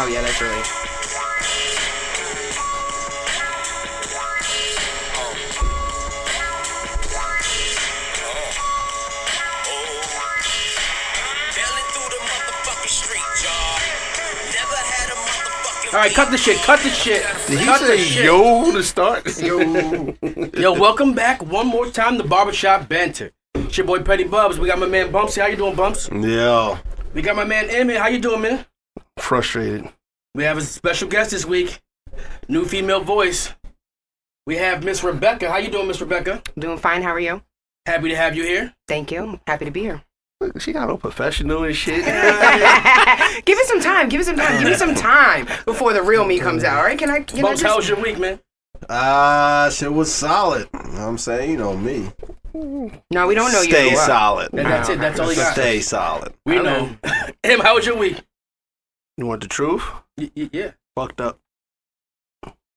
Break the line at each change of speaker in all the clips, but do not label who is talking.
Oh yeah, that's really. All right, cut the shit. Cut the shit.
Did he
cut the
say
shit.
yo to start?
Yo. Yo, welcome back one more time to Barbershop Banter. It's your boy Petty Bubs. We got my man Bumpsy. How you doing, Bumps?
yeah.
We got my man Emmett. How you doing, man?
Frustrated.
We have a special guest this week. New female voice. We have Miss Rebecca. How you doing, Miss Rebecca?
Doing fine. How are you?
Happy to have you here.
Thank you. I'm Happy to be here.
Look, she got all professional and shit.
give it some time. Give it some time. Give me some time before the real me comes out. All right? Can I? Can I
Bumps, how
just,
was your week, man?
Ah, shit was solid. You know what I'm saying? You know me.
no, we don't know you.
Stay solid.
And that's it. That's all you got.
Stay solid.
We know. Em, how was your week?
you want the truth?
Y- y- yeah.
Fucked up.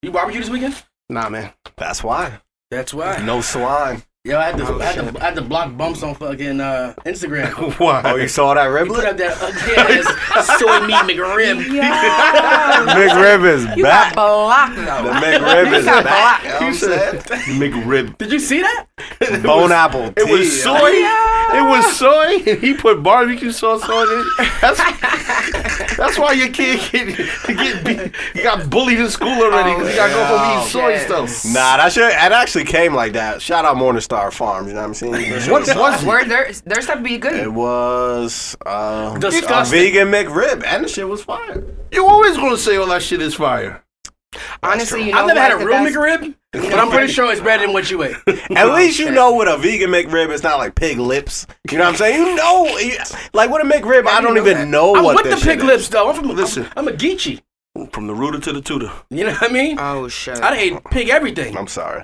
You barbecue this weekend?
Nah, man.
That's why.
That's why.
No swine.
Yo, I had to, I had to, I had to block bumps on fucking uh, Instagram.
Why?
Oh, you saw that
He put
riblet?
up that ugly ass soy meat McRib.
Yeah.
McRib is
you got
back.
blocked
The
though.
McRib is
got
back. You know
blocked.
what I'm saying?
McRib.
Did you see that?
Bone apple.
It was soy. It was soy, and he put barbecue sauce on it. That's that's why your kid get, get beat. He got bullied in school already because he got to go home eating soy
yeah.
stuff.
Nah, that shit. It actually came like that. Shout out Morningstar Farms. You know what I'm saying?
What was it?
Where their their stuff be good.
It was uh, a
Disgusting.
vegan McRib, and the shit was fire.
You always gonna say all that shit is fire.
Honestly, you know
I've never had a
what? The
real
best-
McRib, but I'm pretty sure it's better than what you ate.
At least you know with a vegan McRib, it's not like pig lips. You know what I'm saying? You know, you- like with a McRib, I don't even know
I'm
what
with the
this
pig
shit
lips though. I'm from
Listen.
I'm, I'm a Geechee.
From the rooter to the tutor.
You know what I mean?
Oh shit.
I'd ate pig everything.
Is. I'm sorry.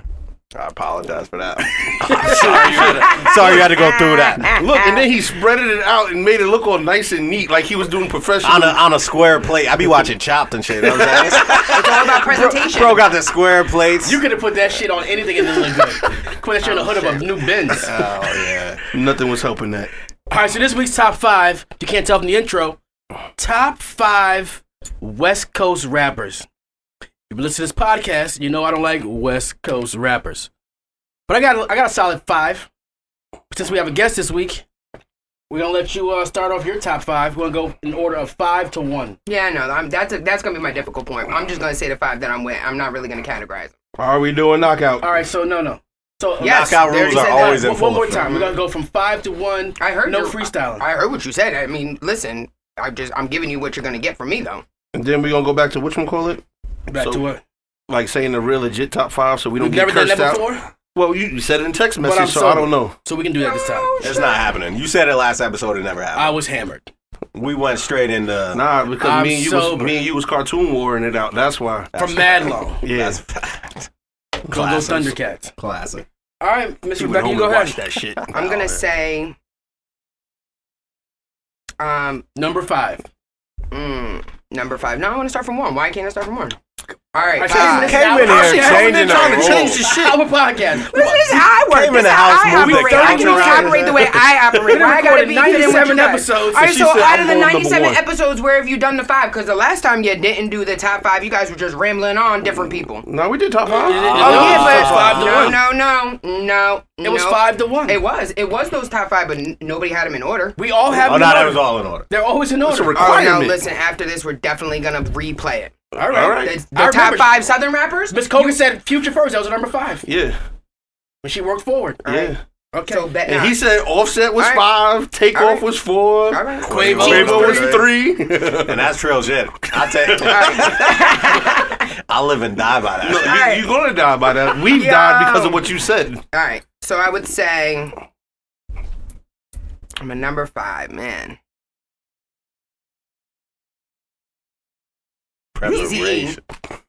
I apologize for that. I'm sorry, you had to, sorry you had to go through that
Look, and then he spreaded it out and made it look all nice and neat, like he was doing professional.
on a on a square plate. I be watching Chopped and shit. You know what I'm saying?
It's all about presentation.
Bro got the square plates.
You could have put that shit on anything and it looked good. Put that shit on the hood of a new Benz.
oh yeah.
Nothing was helping that.
All right, so this week's top five. You can't tell from the intro. Top five West Coast rappers. If you listen to this podcast, you know I don't like West Coast rappers, but I got I got a solid five. Since we have a guest this week, we're gonna let you uh, start off your top five. We're gonna go in order of five to one.
yeah, no, I'm, that's a, that's gonna be my difficult point. I'm just gonna say the five that I'm with. I'm not really gonna categorize. Them.
Are we doing knookout?
All right, so no, no. So uh,
Yes,
Knockout
they
rules
already
are
said
always
that.
in
one, one
full
more
effect.
time. We're gonna go from five to one.
I heard
no
your-
freestyling.
I heard what you said. I mean, listen, I just I'm giving you what you're gonna get from me though.
And then we gonna go back to which one call it?
Back
so-
to what?
Like saying the real legit top five, so we don't
We've
get
never done
cursed
that
out.
before,
Well, you, you said it in text
I'm
message, so I
sober.
don't know.
so we can do that this time.
It's not happening. You said it last episode. It never
I
happened.
was hammered.
we went straight into.
Nah, because
I'm
me and you
sober.
was me and you was cartoon warring it out. That's why.
From Mad Long.
Yeah.
That's fact.
Go go
Classics.
Thundercats.
Classic.
All right, Mr. Rebecca, you go
watch
ahead.
that shit.
I'm gonna say, um,
Number five.
mm, number five. No, I want to start from one. Why can't I start from one? All right,
I said
five.
this-
Came in
Actually,
here
I haven't
changing
been trying
the
to
rules.
change the shit. I'm a podcast.
This is how I work.
Came in
This
the
is how
house,
I
moved
operate.
the
I can
camera
only
around.
operate the way I operate.
We've
Why I gotta
recorded
be fitting with
97
you guys?
episodes,
All
so
right,
she
so
said
out of
I'm
the
on number
97
one.
episodes, where have you done the five? Because the last time you didn't do the top five, you guys were just rambling on different people.
No, we did top five.
Oh
No,
yeah,
it was five to one.
but no, no, no, no.
It was
no.
five to one.
It was. It was those top five, but n- nobody had them in order.
We all have.
Oh,
them
no,
in
that
order.
was all in order.
They're always in
That's a
order.
Oh, now
requirement.
listen. After this, we're definitely gonna replay it.
all
all
right.
right.
The,
I
the top
remember-
five Southern rappers.
Miss Kogan said Future first. That was number five.
yeah.
When she worked forward.
Yeah.
Okay.
So bet
And
not.
he said Offset was
All right.
five, Takeoff
All right.
was four,
All right.
Quavo
Quavo
was
was three.
And that's real shit. I take. I live and die by that.
You,
right.
You're gonna die by that. We've
Yo.
died because of what you said.
All right. So I would say I'm a number five man.
Preparation.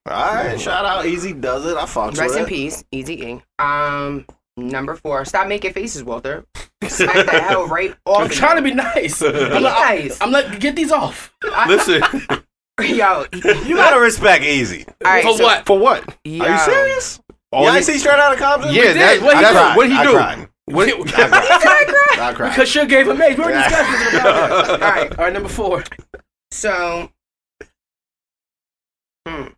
All right, shout out Easy does it. I fucked
Rest in
with
peace, Easy E. Um, number four. Stop making faces, Walter. Smack the hell right off.
I'm trying to be nice. I'm not-
nice.
I'm like, get these off.
Listen,
Yo.
it. You gotta respect Easy.
All right,
For
so-
what?
for what?
Yo.
Are you serious?
All
yeah, I
he-
see straight out of Compton.
yeah, that,
What he
that's
did.
what he
I
do.
cried.
What,
I cried. I cried.
Because she gave him age. We already
Yeah.
discussed this. in the podcast.
All right.
All right, number four.
So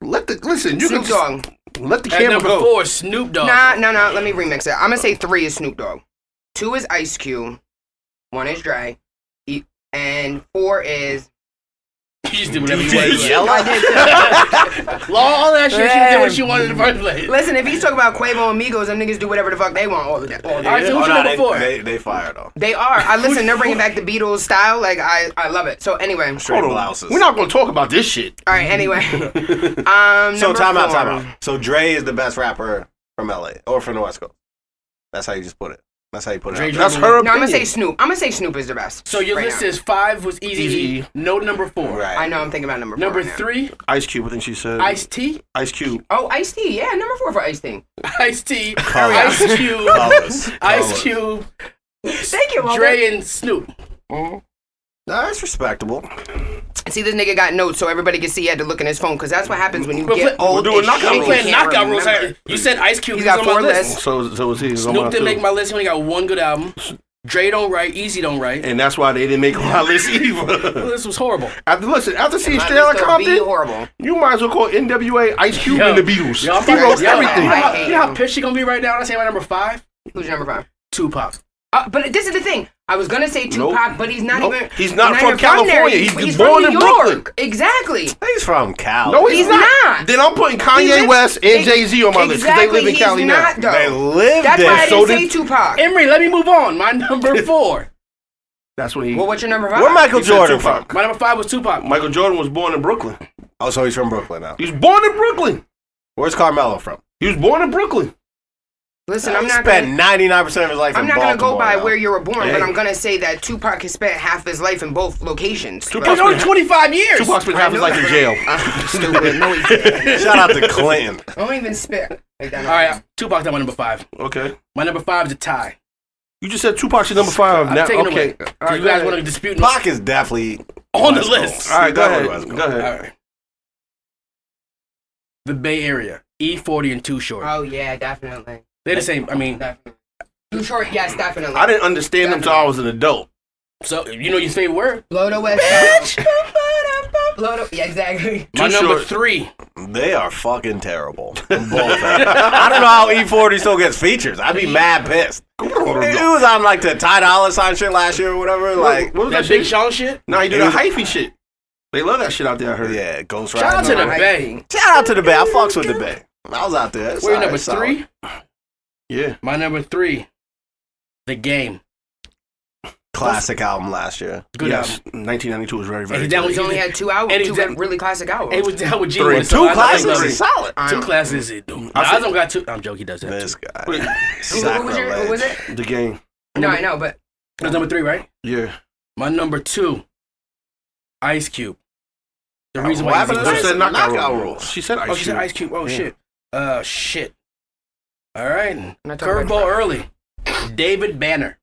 Let the listen. You
Snoop
can
Dogg.
let the
At
camera
number
go.
four, Snoop Dogg.
Nah, no, no. Let me remix it. I'm gonna say three is Snoop Dogg, two is Ice Cube, one is Dre, e- and four is.
You just did whatever you wanted. to do.
I did too.
All that shit, she did what she wanted in the first place.
Listen, if he's talking about Quavo and Migos, them niggas do whatever the fuck they want all the day. All
All right,
day.
so who's your
nah,
number
Oh,
four?
they, They, they fire though.
They are. I listen. They're bringing back the Beatles style. Like I, I love it. So anyway,
Straight
Hold on.
blouses.
We're not gonna talk about this shit.
all right. Anyway, um.
so
number
time out,
four.
time out. So Dre is the best rapper from LA or from the West Coast. That's how you just put it. That's how you put it.
Dre
out there.
Dre.
That's her opinion.
No, I'm gonna say Snoop. I'm gonna say Snoop is the best.
So your
right
list
now.
is five was easy.
Easy.
No number four.
Right.
I know. I'm thinking about number four.
Number
right now.
three,
Ice Cube. I think she said.
Ice T.
Ice Cube.
Oh, Ice T. Yeah, number four for Ice T.
Ice T.
Colors.
Ice Cube.
Colors.
Ice
Colors.
Cube.
Thank you, Walter.
Dre and Snoop.
Nah, that's respectable.
See, this nigga got notes so everybody can see he had to look in his phone because that's what happens when you
We're
get
play-
old.
we're doing
as
knockout
shit,
rules.
I'm
you
playing
can't
knockout rules.
remember.
I- You said Ice Cube.
He's
He's
got
on my
four
list.
lists.
So so was he. he's on
Snoop
mine,
didn't
too.
make my list. He only got one good album. Dre don't write. Easy don't write.
and that's why they didn't make my list either.
This was horrible.
after listen, after seeing
Might
Stay Out
as
of
well be
Compton,
horrible.
you might as well call NWA Ice Cube
Yo.
and the Beatles.
Yo, I'm
he
fucking-
wrote
yo,
everything.
You know, how,
I hate
you know how
him.
pissed she gonna be right now? when I say my number five,
Who's your number five?
Tupac.
Uh, but this is the thing. I was gonna say Tupac,
Nope.
but he's not
Nope.
even.
He's not from
even there.
California. He's born in
New
Brooklyn.
York. Exactly.
He's from Cal.
No, he's,
He's
not.
not.
Then I'm putting Kanye
He lives-
West and
ex-
Jay Z on my list because
exactly,
they live in
he's
Cali
not,
now.
though.
They live
That's
there.
why I
So
didn't say
did-
Tupac.
Emery, let me move on. My number four.
That's when he.
well, what's your number five?
Where Michael
he said
Jordan
Tupac.
from?
My number five was Tupac.
Michael Jordan was born in Brooklyn.
Oh, so he's from Brooklyn now.
He was born in Brooklyn.
Where's Carmelo from?
He was born in Brooklyn.
Listen, I'm
he
not
spent
gonna.
99% of his life
I'm
in
not gonna go
Baltimore
by
now.
where you were born,
Hey.
but I'm gonna say that Tupac has spent half his life in both locations.
It was
Tupac
only
spent,
25 years.
Tupac spent half his life in jail.
Stupid. No, he didn't.
Shout out to Clinton.
Don't even spit. Like that.
All right, Tupac's not my number five.
Okay.
My number five is a tie.
You just said Tupac's your number five.
I'm
Now,
taking
okay.
it away. 'Cause
All right,
you
go
guys
ahead.
want to dispute
Pac is definitely
on the
West Coast.
list.
All right, go
Definitely
ahead.
West
Go
Coast.
All
ahead.
right. The Bay Area, E40 and Too Short.
Uh,
Oh yeah, definitely.
They're the same. I mean,
Definitely. Too short, yes, definitely.
I didn't understand them till I was an adult.
so you know your favorite word.
Blow the West Bitch. Blow the yeah, exactly.
my
Too
number
Short.
three.
They are fucking terrible. Both of them. I don't know how E40 still gets features. I'd be mad pissed. It was on like the Ty Dolla Sign shit last year or whatever. Like,
what was
That
that,
Big
shit?
Sean shit.
No, he did a
It was-
hyphy shit. They love that shit out there. I heard.
yeah, Ghost
Shout out
Rider.
to the
Right.
Bay.
Shout out to the Bay. I fucks with the Bay. I was out there. It's
We're
all
number
right, solid.
three.
Yeah.
My number three. The Game.
Classic album last year.
Good
yes.
album.
1992 was very,
And
very.
that
good.
was
He's only had two albums,
And he
two
did-
really classic albums.
And It was down with G.
Three.
Wonder, so
Two
I- I
classes
love
is
it.
solid.
Two
I'm-
classes. is- Nah,
I
I
said-
don't got two. I'm joking. He does that.
This
too.
guy.
Wait,
What was, your, what was it?
the game.
No, I know, but
That's number three, right?
Yeah.
My number two. Ice Cube. The reason
what
why. he's
happened
a
to
good-
that? said knockout rules.
She said ice
Oh, she said
cube.
Ice Cube. Oh
Yeah.
shit. Uh, shit. All right.
not talking about
Curveball early. David Banner.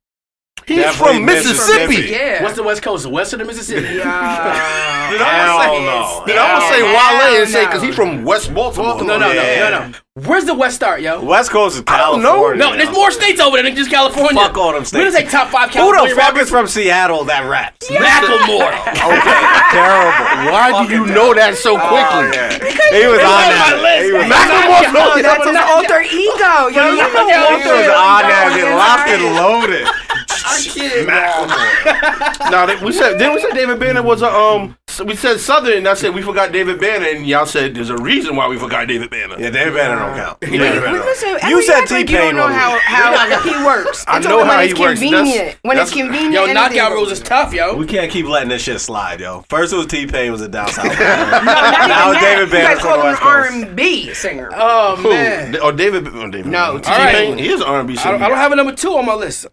He's
Definitely
from
Mississippi.
Mississippi.
yeah.
What's the West Coast? Western Mississippi.
yeah.
Did I
Hell
say-
no.
Did I almost say
Hell
Wale and say
no.
because he's from West Baltimore?
No, no, no,
Yeah.
no, no. Where's the West Start, yo?
West Coast is
don't know.
California.
No, there's more states over there than just California.
Fuck all them
We
states.
don't say top five
Who the
California
fuck
rappers.
is from Seattle that raps?
Macklemore.
Okay, terrible.
Why do you know that so quickly?
He was on
on
that.
my list.
He was-
It's
Macklemore's
not-
on-
That's his alter ego. Yo, you know
Yeah,
He
Walter
was
is
on that shit, locked and loaded. Macklemore.
Now that we said then we said David Banner was a um s- we said Southern and I said we forgot David Banner and y'all said there's a reason why we forgot David Banner.
Yeah, David Banner don't count.
David
Well,
Banner.
listen,
You
you
said
said like you don't
T-Pain
know
was-
how, how he works.
I
It's
know
only when
how
it's
he works. That's-
convenient. when it's
that's-
convenient.
Yo,
anything
knockout
goes.
rules is tough, yo.
We can't keep letting this shit slide, yo. First it was T Pain was a down south. rapper.
Not even
now
that.
it's David
You
Banner
guys
from
call
the
him
West Coast.
an R&B singer.
Oh
Who?
man.
Da- Oh, David. Oh, David.
No,
T
All right.
Pain. He is an R&B
I
singer.
don't, I don't have a number two on my list.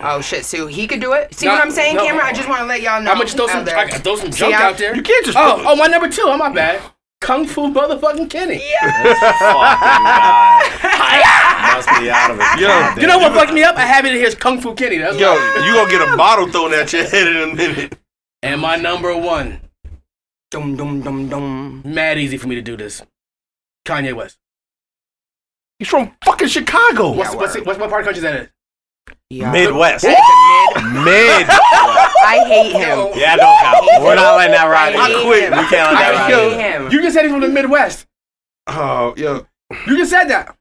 Oh shit, Sue, he could do it. See
No,
what I'm saying,
no.
Cameron? I just want to let y'all know.
I'm gonna just throw some,
out there.
I gotta throw some junk
I-
out there.
You can't just.
Oh, oh, my number two. Oh, my bad. Kung Fu motherfucking Kenny.
Fucking God. Must be out of it.
Yo,
God
You know what
damn.
fucked me up? I have it in here as Kung Fu Kenny. That's
Yo,
why.
you gonna get a bottle thrown at your head in a minute.
And my number one.
Dum dum dum dum.
Mad easy for me to do this. Kanye West.
He's from fucking Chicago.
What's, what's, what's what part of the country is that in?
Yeah.
Midwest.
That's a mid-
Mid.
I hate him.
Yeah, don't count. We're not letting that ride.
I
either.
quit.
We can't let that
I
ride.
yo,
hate
either.
him.
You just said he's from the Midwest.
Oh, yo.
You just said that.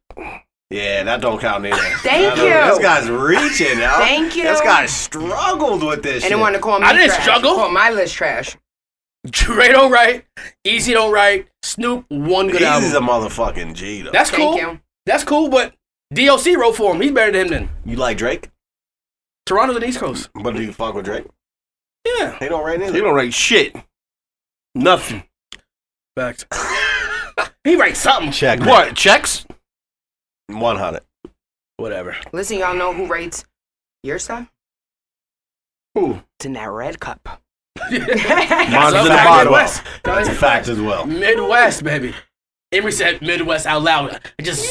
Yeah, that don't count either.
Thank
That don't- This
you.
guy's reaching. Yo.
Thank you.
This guy struggled with this.
And they
shit.
wanted to call me.
I didn't
trash.
struggle.
Call my list trash.
Dre don't write. Easy don't write. Snoop, one good
He's a
album.
motherfucking G though.
That's
Thank
cool.
you.
That's cool, but DOC wrote for him. He's better than him then.
you like Drake?
Toronto's an East Coast.
But do you fuck with Drake?
Yeah.
He don't write
You
neither.
don't write shit. Nothing.
Fact. he writes something.
Check
What? Checks?
One hundred.
Whatever.
Listen, y'all know who writes your stuff?
Who?
It's in that red cup.
Mine's in the
fact.
bottle.
Midwest.
That's a fact as well.
Midwest, baby. Emery said Midwest out loud. I just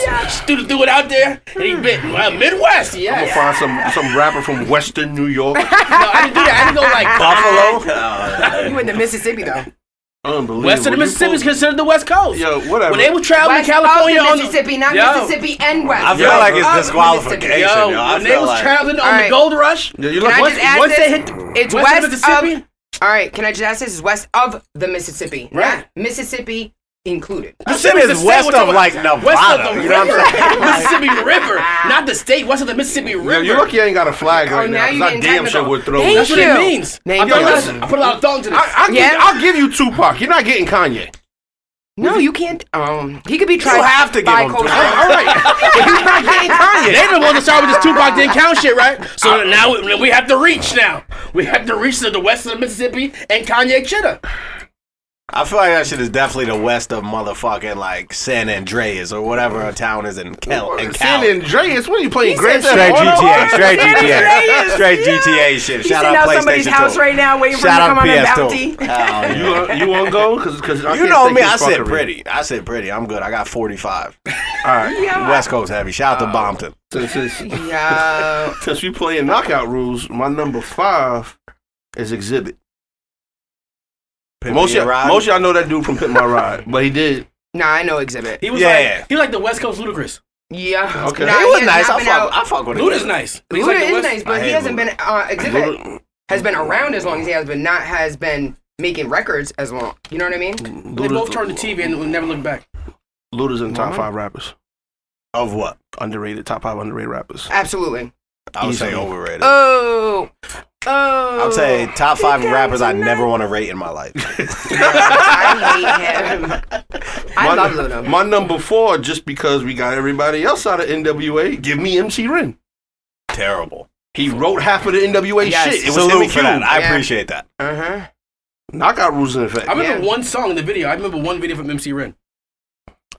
threw, threw it out there, and he bit.
Hmm.
Well, Midwest,
I'm
yeah.
gonna find some some rapper from Western New York.
No, I didn't do that. I didn't go like
Buffalo.
you in the Mississippi though.
Unbelievable.
West of the
You
Mississippi is
pull-
considered the West Coast.
Yo, whatever.
when they were traveling
West
to California
of
on the
Mississippi, not
Yo.
Mississippi and West.
I feel
Yeah,
like it's
bro.
disqualification.
Yo,
Yo, I
when they
feel
was
like
traveling on the
Alright.
Gold Rush,
Yeah, you
Can
look
I
what?
just add
once
this?
they hit
it's
west of
west,
Mississippi?
of. All right, can I just ask this? Is west of the Mississippi, not
Right.
Mississippi included.
the shit is west of like Nevada.
west of the
you know what
river,
I'm saying?
Mississippi River, not the state. West of the Mississippi
Yo,
River.
you're lucky I ain't got a flag
Oh,
right
now
now.
you
'cause I
getting
damn sure
technical.
would throw.
Thank
That's
I,
what it
you.
means.
Now you
I, put a
know.
lot, I put a lot of thought into this.
I give,
Yeah.
I'll give you Tupac. You're not getting Kanye.
No, you can't. Um, he could be tried.
have to give
by
him
Coach-
time.
All right, he's not getting Kanye.
They the ones that started with this Tupac didn't count shit, right? So now we, we have to reach now. We have to reach to the west of the Mississippi and Kanye Chitta.
I feel like that shit is definitely the west of motherfucking like San Andreas or whatever a town is in Cal. In Cal.
San Andreas, what are you playing? Grand Theft
Straight
Auto?
GTA, straight
San
GTA,
Andreas,
straight GTA shit.
He's
Shout
sitting
out
out somebody's
PlayStation
house
2.
right now waiting for him
Shout
to
out
come on a
PS2.
bounty.
Hell
You
yeah.
want, you want to go? Because because I
You
can't
know
take
me.
this
I said
fuckery.
pretty. I said pretty. I'm good. I got 45.
All right.
West Coast heavy. Shout out to Bompton.
Since, since,
Yeah.
since we playing knockout rules, my number five is Exhibit.
Pimp
most
Me a
y'all,
Ride.
most y'all know that dude from Pimp My Ride, but he did.
Nah, I know Exhibit.
He was
Yeah.
like he was like the West Coast Ludacris.
Yeah.
Okay.
Nah,
He was nice. I
I've been out.
fuck, I fuck with him.
Luda's nice. But he's
Luda
like the
is
West-
nice, but
I
he
hate
hasn't
Luda.
been uh, Exhibit
Luda,
has been around as long as he has, but not has been making records as long. You know what I
Mm.
mean?
They both turned the TV and never looked back.
Luda's in the top five rappers,
Of what?
underrated, top five underrated rappers.
Absolutely.
I would say
Easily.
overrated.
Oh. Oh.
I would say top five rappers I never want to rate in my life.
I hate him. I
my,
love
nu-
Luda.
My number four, just because we got everybody else out of NWA, give me MC Ren.
Terrible.
He wrote half of the NWA
Yes.
shit. It was him
Salute
and
for that.
Cube.
I
Yeah.
appreciate that.
Uh huh.
Knockout rules in effect.
I remember
Yeah.
one song in the video. I remember one video from MC Ren.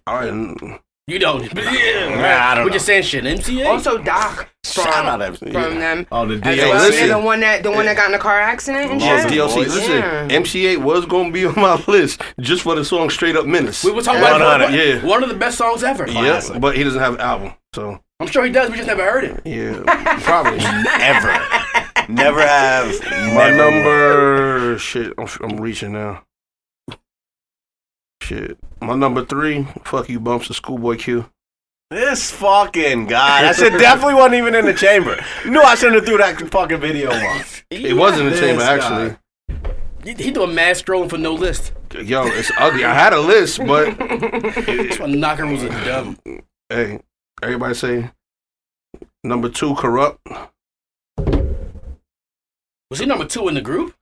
All right. mm,
You don't. But yeah,
Nah,
right.
I don't
We're
know.
just saying shit. MCA.
Also, Doc from
Shout out MC.
from them.
Oh, the
As
Yeah,
well.
listen.
They're the one that the one that got in a car accident and
Yeah.
Yeah,
shit.
Lil
DLC.
Boys.
Listen,
Yeah.
MCA was gonna be on my list just for the song "Straight Up Menace."
we were talking about it
100,
before.
yeah.
one of the best songs ever.
yeah,
Classic.
but he doesn't have an album, so
I'm sure he does. We just never heard it.
yeah, probably.
Ever. Never have.
My
never.
number shit. I'm, I'm reaching now. Shit. My number three. Fuck you, bumps. The schoolboy Q.
This fucking guy. That shit definitely wasn't even in the chamber. No, I shouldn't have threw that fucking video on.
It was in the
This
chamber
guy.
actually.
He, he doing mad strolling for no list.
Yo, it's ugly. I had a list, but
That's why Knocker was a dumb.
hey, everybody say number two corrupt.
Was he number two in the group?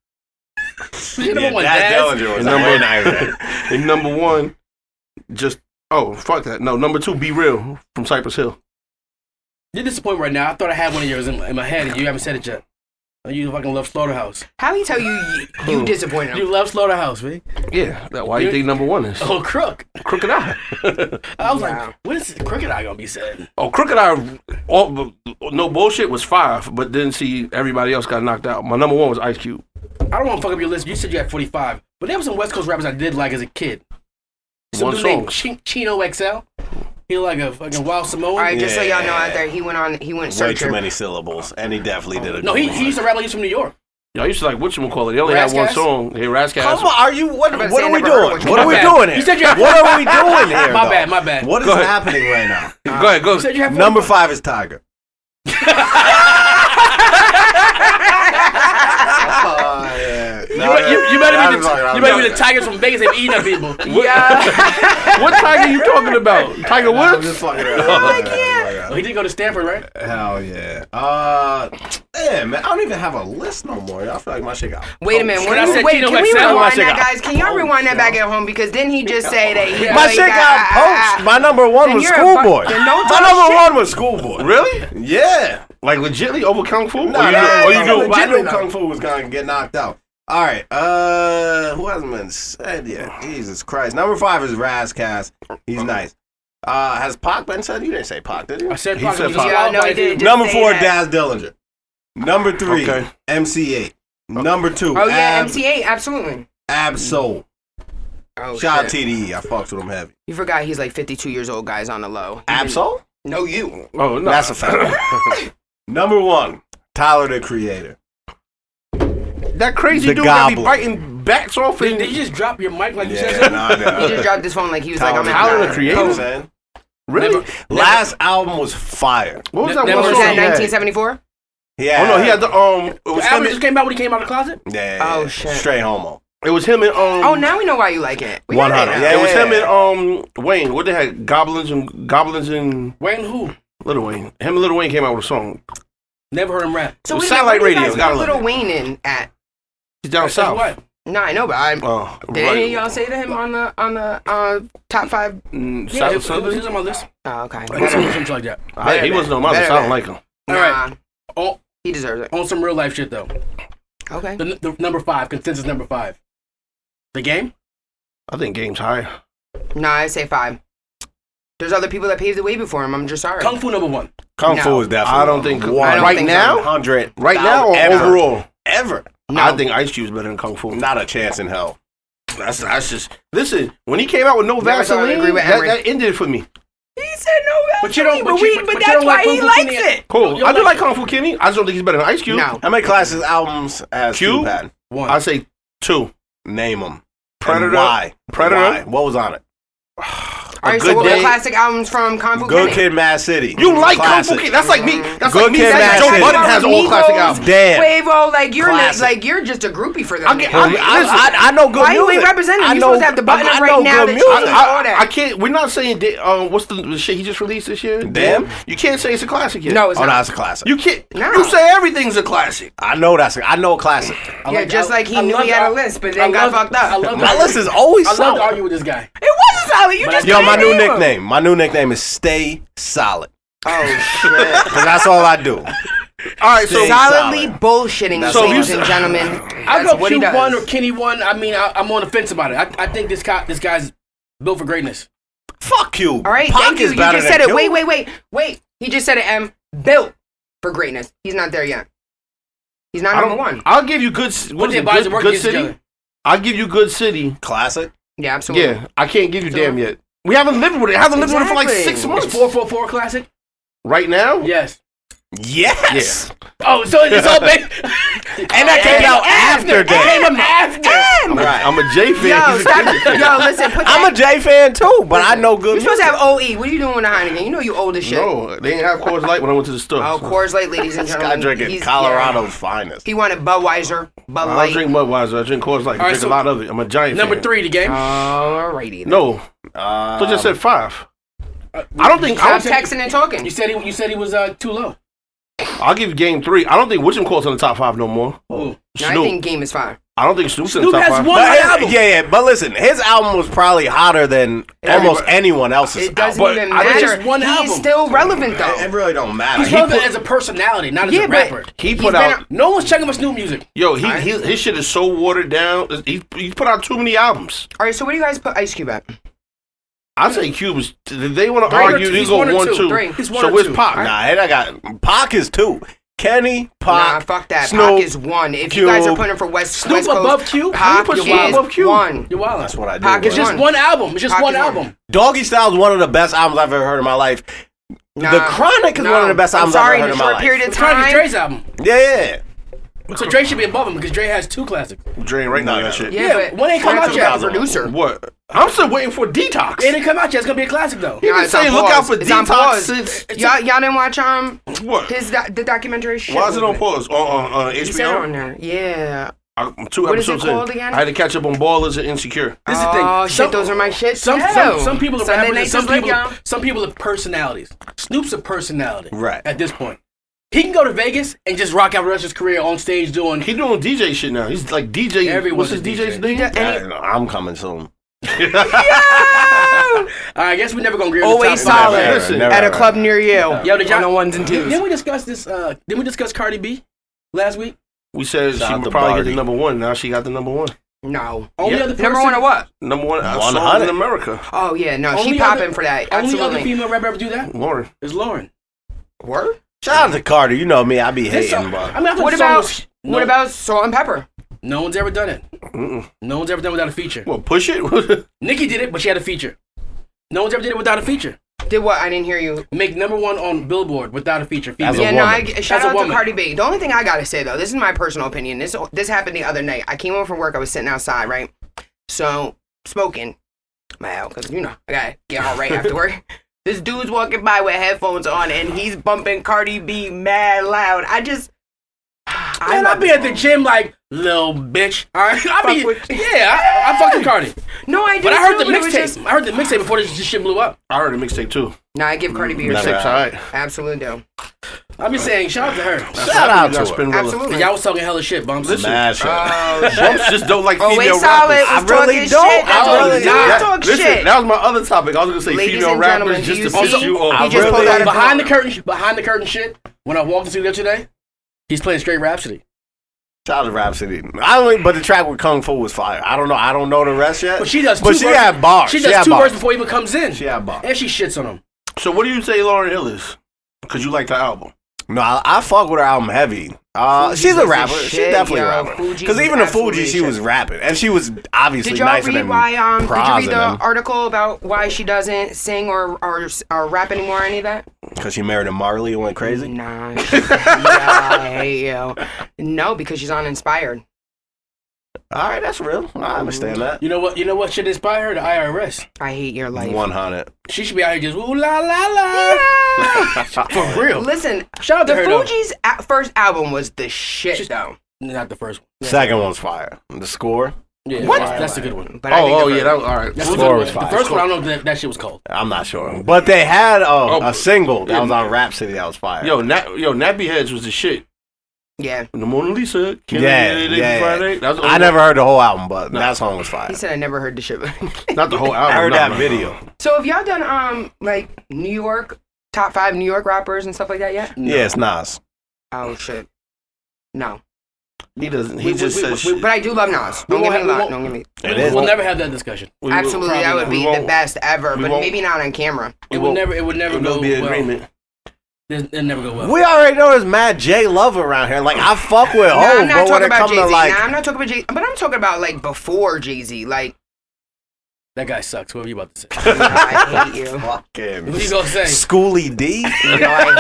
Was he number
Yeah,
one?
Daz
Daz?
Dellinger was
Number-
number nine.
And number one, just oh fuck that. No, number two, be real from Cypress Hill.
You're disappointed right now. I thought I had one of yours in, in my head, and you haven't said it yet. Oh, You fucking love Slaughterhouse.
How he tell you you, you disappointed him?
You love Slaughterhouse, man.
Yeah, that why you think number one is
Oh, Crook.
Crooked Eye.
I was
Wow.
like, what is Crooked Eye gonna be saying?
oh, Crooked Eye, all, no bullshit was five, but then see everybody else got knocked out. My number one was Ice Cube.
I don't want to fuck up your list. You said you had 45, but there were some West Coast rappers I did like as a kid. Some
One
dude
song.
named Chin- Chino XL. He looked like a fucking wild Samoan.
All right, just so y'all know
Yeah.
out there, he went on. He went
Way too
searching.
many syllables, and he definitely did a
no,
good
he,
one.
he used to rap like he's from New York.
Y'all used to like what you call it. They only had one
Rascals?
song. Hey, Rascal.
Come on, are you? What,
about to
what
say
are
I
we
never heard
doing?
what you-
What are
My
we
bad.
doing here?
You said you had-
what are we doing here?
My
though?
bad, my bad.
What is
Go ahead.
happening right now?
Go ahead, go.
You said you had 45.
Number five is Tiger.
You might be the tigers from Vegas. They be eating up people.
Yeah.
What tiger you talking about? Tiger
I'm
Woods?
just fucking around. I'm fucking
Oh,
around.
he did go to Stanford, right?
Hell yeah. Uh, damn, man, I don't even have a list no more. I feel like my shit got.
Wait a minute.
I
When you,
said
wait,
Tino
can we
Excel.
Watch
rewind
it
that,
out.
guys? Can y'all rewind that back at home? Because didn't he just say that he
My
he
shit got poached. My number one
ah, Then
was
you're a bu-
Schoolboy.
then no
My
talk
number
shit.
one was Schoolboy.
Really?
Yeah.
Like legitly over kung fu?
Nah,
or you,
nah,
do- or you do?
nah, nah, I knew
Legitly
Kung Fu was gonna get knocked out. All right, uh, who hasn't been said yet? Jesus Christ. Number five is Razkaz. He's nice. Uh, has Pac been said? You didn't say Pac, did you?
I said
He
probably
said
just
probably.
Yeah, no, he
qualified.
did.
Number
say
four,
that.
Daz Dillinger. Number three,
Okay.
MC8. Number two,
Oh yeah,
Ab,
MTA, absolutely.
Ab Soul.
Oh,
Shout out
shit.
TDE. I fucks with him heavy.
You forgot he's like 52 years old, guys, on the low.
Ab Soul?
No, you.
Oh no.
That's a fact. Number one, Tyler the Creator.
that crazy
The
dude that be
goblin.
biting backs off
Did, did you
and
just drop your mic like you said?
Yeah,
something?
nah,
He just
nah.
dropped his phone like he was like, I'm in
Tyler,
Thailand.
the creator.
You know what I'm saying?
really.
Never-
Last album was fire.
What was that
Never
one
What
song?
was that,
he had?
1974?
Yeah.
Oh no, he had the um.
It was
Albert
him
just
and,
came out when he came out of the closet.
yeah, yeah,
Oh,
yeah.
shit.
Straight homo.
It was him and um.
Oh, now we know why you like it. We
One
got
hundred,
now.
yeah.
It was him and um Wayne. What they had? Goblins and goblins and
Wayne who?
Little Wayne. Him and Little Wayne came out with a song.
Never heard him rap.
So we
Satellite
satellite radio.
radio,
Guys
gotta
got
love
little
it.
Wayne in at.
He's down
Says
south.
What?
No, I know, but I'm.
Oh,
Did any of
right.
y'all say to him on the on the uh, top five?
Mm,
Yeah, it, was-
South
it was
Southern.
he's on my list.
Oh, okay.
Something like that.
I- He
Better
wasn't on my
than-
list. I don't like him.
All
Nah,
right. On,
he deserves it.
on some real life shit though.
Okay.
The, the number five consensus number five. The game.
I think game's higher.
Nah, I say five. There's other people that paved the way before him. I'm just sorry.
Kung Fu number one.
Kung
No.
Fu is definitely.
I don't think-
one
I don't
Right
think
now?
so.
hundred.
Right now or
ever,
overall?
ever.
No.
I think Ice Cube is better than Kung Fu.
Not a chance in hell.
That's that's just listen. When he came out with no
Never thought I'd
Vaseline,
agree with
that,
Emery.
that ended it for me.
he said no.
But you don't-
But,
but you-
we,
but-
but,
but you
that's
don't
why
like
he
Kung Fu
likes
Kenny.
it.
Cool.
Yo,
I do
like-
like Kung Fu Kenny. I just don't think he's better than Ice Cube.
No.
How many classic albums has
Cube?
Cube had?
One.
I say two.
Name them.
Predator.
Why?
Predator.
Why? What was on it?
All right.
Good
So what were
Day.
classic albums from Kung Fu
Good
Kenny?
Kid, Mad City.
You like Kung
Classic.
Fu Kenny? That's like me. That's
Good
like me.
Kid,
saying
Mad
Joe
City.
Budden has all classic albums.
Damn.
Quavo, like you're li-
Classic.
like you're just a groupie for them.
I get- I-
I, I, I know good
Why you ain't
music.
representing?
I
You
know-
supposed to have the button
I-
up
I
right
know
now
good
that you-
music.
I,
that.
I, I can't. We're not saying. that, Um, what's the, the shit he just released this year?
Damn.
You can't say it's a classic yet. Uh,
no, it's
Oh,
not.
that's a classic.
You can't.
No.
You say everything's a classic.
I know that's. A, I know a classic.
I
yeah, just like he knew
love
he
to
had a
ar-
list, but
I
then got
love-
fucked up.
I love. to
My
argue-
list is always
I love
solid.
to argue with this guy.
It was a solid. You
But
just
I-
Yo, my
couldn't
new
name 'em.
nickname. My new nickname is Stay Solid.
Oh shit.
Cause that's all I do.
All right. So
Stay
Solidly
solid.
bullshitting,
So
ladies
you-
and gentlemen.
I
That's
go
what he
Cube
does.
one or Kenny one. I mean, I, I'm on the fence about it. I, I think this guy, this guy's built for greatness.
Fuck you.
All right,
Pac
thank you.
is
You
better
just
than
said it.
Cube.
Wait, wait, wait, wait. He just said it. M built for greatness. He's not there yet. He's not
I
number
don't.
one.
I'll give you good. c-
Put
What is
their
it?
bodies to
Good,
work
good
against each
city.
other.
I'll give you good city.
Classic.
Yeah, absolutely.
Yeah, I can't give you damn
So-
yet. We haven't lived with it. I haven't lived with it for like
Exactly.
six
It's
months.
four four four classic.
Right now,
Yes.
Yes.
Oh, so it's all big.
And that came out after
Came
that.
out after.
I'm, right. I'm a J fan.
Yo,
He's a
stop.
J fan.
Yo, listen. Put that.
I'm a J fan too, but I know
You're
good.
supposed
music.
to have OE. What are you doing with a Heineken? You know you old as shit.
No, they didn't have Coors Light when I went to the store.
Oh, Coors Light, ladies and
This guy
gentlemen.
drinking
He's-
Colorado's
yeah.
finest.
He wanted Budweiser, Bud
I
Light.
don't drink Budweiser. I drink Coors Light. I
All right,
drink
so-
a lot of it. I'm a Giant
Number
fan.
three, the game.
Uh, Alrighty. then.
No,
Um,
so just said five.
uh,
I don't think
Stop
I'll,
texting and
You
talking.
said he, you said he was uh, too low.
I'll give game three. I don't think Wisham Court's in the top five no more.
Ooh.
No, I
Snoop.
think game is fine.
I don't think Snoop's in the
Snoop
top
has
five.
one-
But his-
album.
yeah, yeah, but listen, his album was probably hotter than almost anyone else's
It doesn't
but
even
I think
matter.
it's one
He's
album.
still relevant
album.
though.
It, it really don't matter.
He's
Uh, He
relevant
put-
as a personality, not as
Yeah,
a
but-
rapper.
He
He's
put
been
out
a-
No one's checking for Snoop music.
yo he, his, his shit is so watered down. He he's put out too many albums.
All right, so what do you guys put Ice Cube at?
I say Cube is. They want to
Three or
argue.
two.
They
He's
go
one or
one
two.
two.
Three.
He's one
So
or
where's
two.
Pac?
Nah, and I got Pac is two. Kenny,
Nah,
Pac.
fuck that.
Snoop,
Pac is one. If you guys are
Cube.
putting it for West
Snoop
West Coast,
above Cube? How you
Pac
put
is
Snoop
above Cube?
one.
You're wild.
That's what I do.
Pac is
It's just
one.
one album. It's just
Pac
one
is one.
album.
Doggy Style is one of the best albums I've ever heard in my life.
Nah.
the Chronic is
No.
one of the best
I'm
albums
sorry,
I've ever
in
heard in
a
my
short
life.
period of
Trying to
time.
Dre's album.
yeah,
So Dre should be above him because Dre has two classics.
Drain right now.
No,
That
no.
shit.
yeah,
Yeah,
but
when they come
Pac
out
is
yet?
not a producer.
What? I'm still waiting for detox.
It didn't come out yet. It's gonna be a classic though.
He
Nah,
been
it's on
saying look out
pause.
for
It's on
detox
pause.
since
Y'all, y'all didn't watch um
what?
his doc- the documentary shit.
Why is it on
movement?
pause on on, on
He said it on
HBO?
there. Yeah.
I'm two
What is it
episodes
called
in.
again?
I had to catch up on Ballers and Insecure.
This is the thing.
Oh shit,
Some-
those are my shit.
Some,
too.
some some people are
Sunday
rappers.
night
and Some
just like
people
y'all.
some people are personalities. Snoop's a personality.
Right.
At this point, he can go to Vegas and just rock out the rest of his career on stage doing.
He doing DJ shit now. He's like DJ.
Everyone's
What's his
a DJ.
DJ's name?
I, am coming soon.
I guess we never gonna agree. on the
Always
top five.
solid
Listen,
at a club near you.
Yo, did y'all
on the ones and twos.
Didn't we discuss this? Uh, didn't we discuss Cardi B last week?
We said
Shout
she
out
would
to
probably get
Barty.
the number one. Now she got the number one.
No.
Only
Yeah.
other person,
Number one or what?
Number one. I saw
100.
in America.
Oh yeah, no,
Only
she
other-
popping for that.
Only other
Absolutely.
female rapper ever do that
Lauren.
is Lauren.
Word?
Shout out to Carter. You know me. I be
This
hating,
song-
but
I mean, I thought
What
the song
about
was- no,
what about salt and pepper?
No one's ever done it.
Mm-mm.
No one's ever done it without a feature.
Well, push it.
Nicki did it, but she had a feature. No one's ever did it without a feature.
Did what? I didn't hear you.
Make number one on Billboard without a feature. Female.
As a
yeah, no.
woman.
I, shout
As a
out to
woman.
Cardi B. The only thing I gotta say though, this is my personal opinion. This this happened the other night. I came home from work. I was sitting outside, right? So smoking, my because you know I gotta get all right after work. This dude's walking by with headphones on and he's bumping Cardi B mad loud. I just,
Man, I be at the gym like little bitch. All right, I be
Fuck with-
yeah. I, I fucked with Cardi,
No, I did.
but I heard the
too, it was just-
mixtape. I heard the mixtape before this shit blew up.
I heard a mixtape too.
No, I give Cardi B her
Nah,
shit.
Mixtape's all right.
Absolutely do.
I'm just saying, shout out to her.
shout out
Got
to her. Oh,
Spinrilla.
Absolutely.
Y'all was talking hella shit, bumps.
Smash it.
Bumps just don't like
Oh,
female
wait, solid.
rappers.
was
I
talking
really don't.
Shit. That's
I
all
really
it is.
don't.
Let's
That-
Oh, talk
listen,
shit.
that was my other topic. I was gonna say
Ladies
female
and gentlemen,
rappers
do
just
you
to piss
see-
you
He
I
off.
just
really-
pulled out a
behind the curtain, behind the curtain shit. When I walked into the studio today, he's playing straight Rhapsody.
Shout out to Rhapsody. I don't. But the track with Kung Fu was fire. I don't know. I don't know the rest yet.
But she does.
But
two
she
verses-
had bars.
She
She
does
had
two
bars.
verses before he even comes in,
She had bars.
and she shits on him.
So what do you say Lauren Hill is? Because you like the
Oh,
album.
No, I, I fuck with her album heavy. Uh,
Fugees
she's a
was
rapper.
the
She's
shit,
definitely
yo.
a rapper.
Fugees
Because
was
even the
absolutely
Fuji, she
shit.
was rapping, and she was obviously
Did y'all
nicer
read
than
why? Um, did you
Praz
read
and
the
them.
article about why she doesn't sing or or, or rap anymore or any of that?
Because she married a Marley and went crazy.
Nah. she- yeah, I hate you. No, because she's uninspired.
All right, that's real. I understand that.
You know what? You know what should inspire her? The IRS.
I hate your life.
One hundred.
She should be out here just ooh la la la. For real.
Listen,
Shout out
the
to her though.
Fuji's a- first album was the shit
She's-
though.
Not the first one.
Second one's fire. The score.
Yeah,
What?
That's, that's a good one. Oh,
But I think the first-
was all right.
That's
Score
a good one.
oh, was fire.
The first one, I don't know if that, that shit was called.
I'm not sure, but they had a, a single that
yeah.
was on Rhapsody that was fire.
Yo, Nat, yo, Nappy Heads was the shit.
Yeah,
The Mona Lisa, Killing
Yeah,
It,
yeah,
It,
yeah.
Friday. That was the
I
only-
never heard the whole album, but that song was fire.
he said I never heard the shit.
not the whole album.
I heard
no,
that
no, no.
video.
so have y'all done um like New York top five New York rappers and stuff like that yet?
Yeah, it's Nas.
Oh shit. No.
He doesn't. He
We- we-
just
we-
says
we-
shit.
But I do love Nas.
We
Don't get
won't
me
have- we
wrong.
won't-
Don't get me.
It is.
We'll never have that discussion.
We will-
Absolutely, that would
probably
be
not.
the best ever,
We
but
won't-
maybe not on camera.
It would
won't-
never. It would never
It'll
go
be an
well.
agreement.
It- It'll never go well.
We already know there's Mad J Love around here. Like I fuck with
Nah,
home,
I'm not
Oh, but when
talking
it
about
comes
Jay
to
Z.
like,
nah, I'm not talking about Jay. But I'm talking about like before Jay Z. Like,
that guy sucks. Whatever you about to say.
I hate you.
fucking
What you gonna say?
Schooly D,
No, I